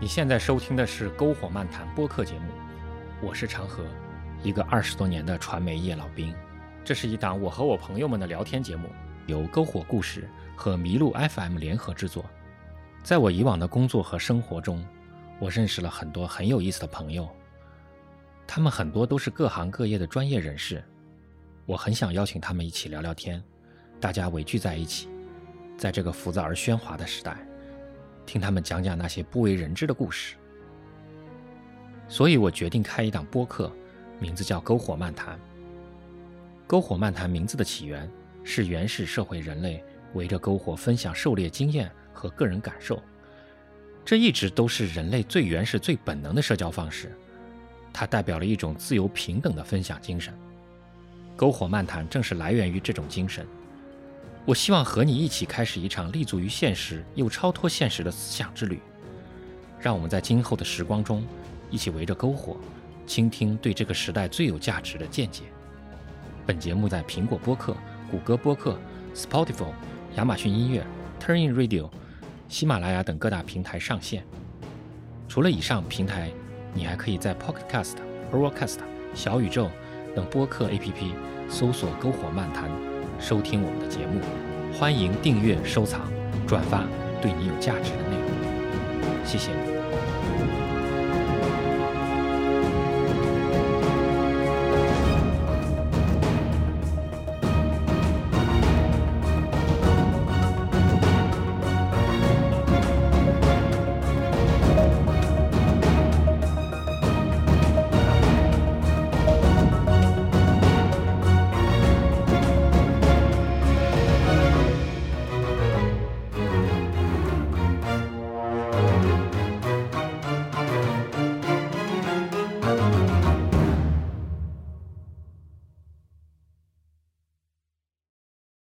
你现在收听的是《篝火漫谈》播客节目，我是长河，一个二十多年的传媒业老兵。这是一档我和我朋友们的聊天节目，由篝火故事和麋鹿 FM 联合制作。在我以往的工作和生活中，我认识了很多很有意思的朋友，他们很多都是各行各业的专业人士。我很想邀请他们一起聊聊天，大家围聚在一起，在这个浮躁而喧哗的时代，听他们讲讲那些不为人知的故事。所以我决定开一档播客，名字叫《篝火漫谈》。篝火漫谈名字的起源是原始社会人类围着篝火分享狩猎经验和个人感受，这一直都是人类最原始、最本能的社交方式。它代表了一种自由平等的分享精神。篝火漫谈正是来源于这种精神。我希望和你一起开始一场立足于现实又超脱现实的思想之旅。让我们在今后的时光中，一起围着篝火，倾听对这个时代最有价值的见解。本节目在苹果播客、谷歌播客、Spotify、亚马逊音乐、Turnin Radio、喜马拉雅等各大平台上线。除了以上平台，你还可以在 Pocket Cast、Overcast、小宇宙等播客 APP 搜索“篝火漫谈”，收听我们的节目。欢迎订阅、收藏、转发对你有价值的内容。谢谢你。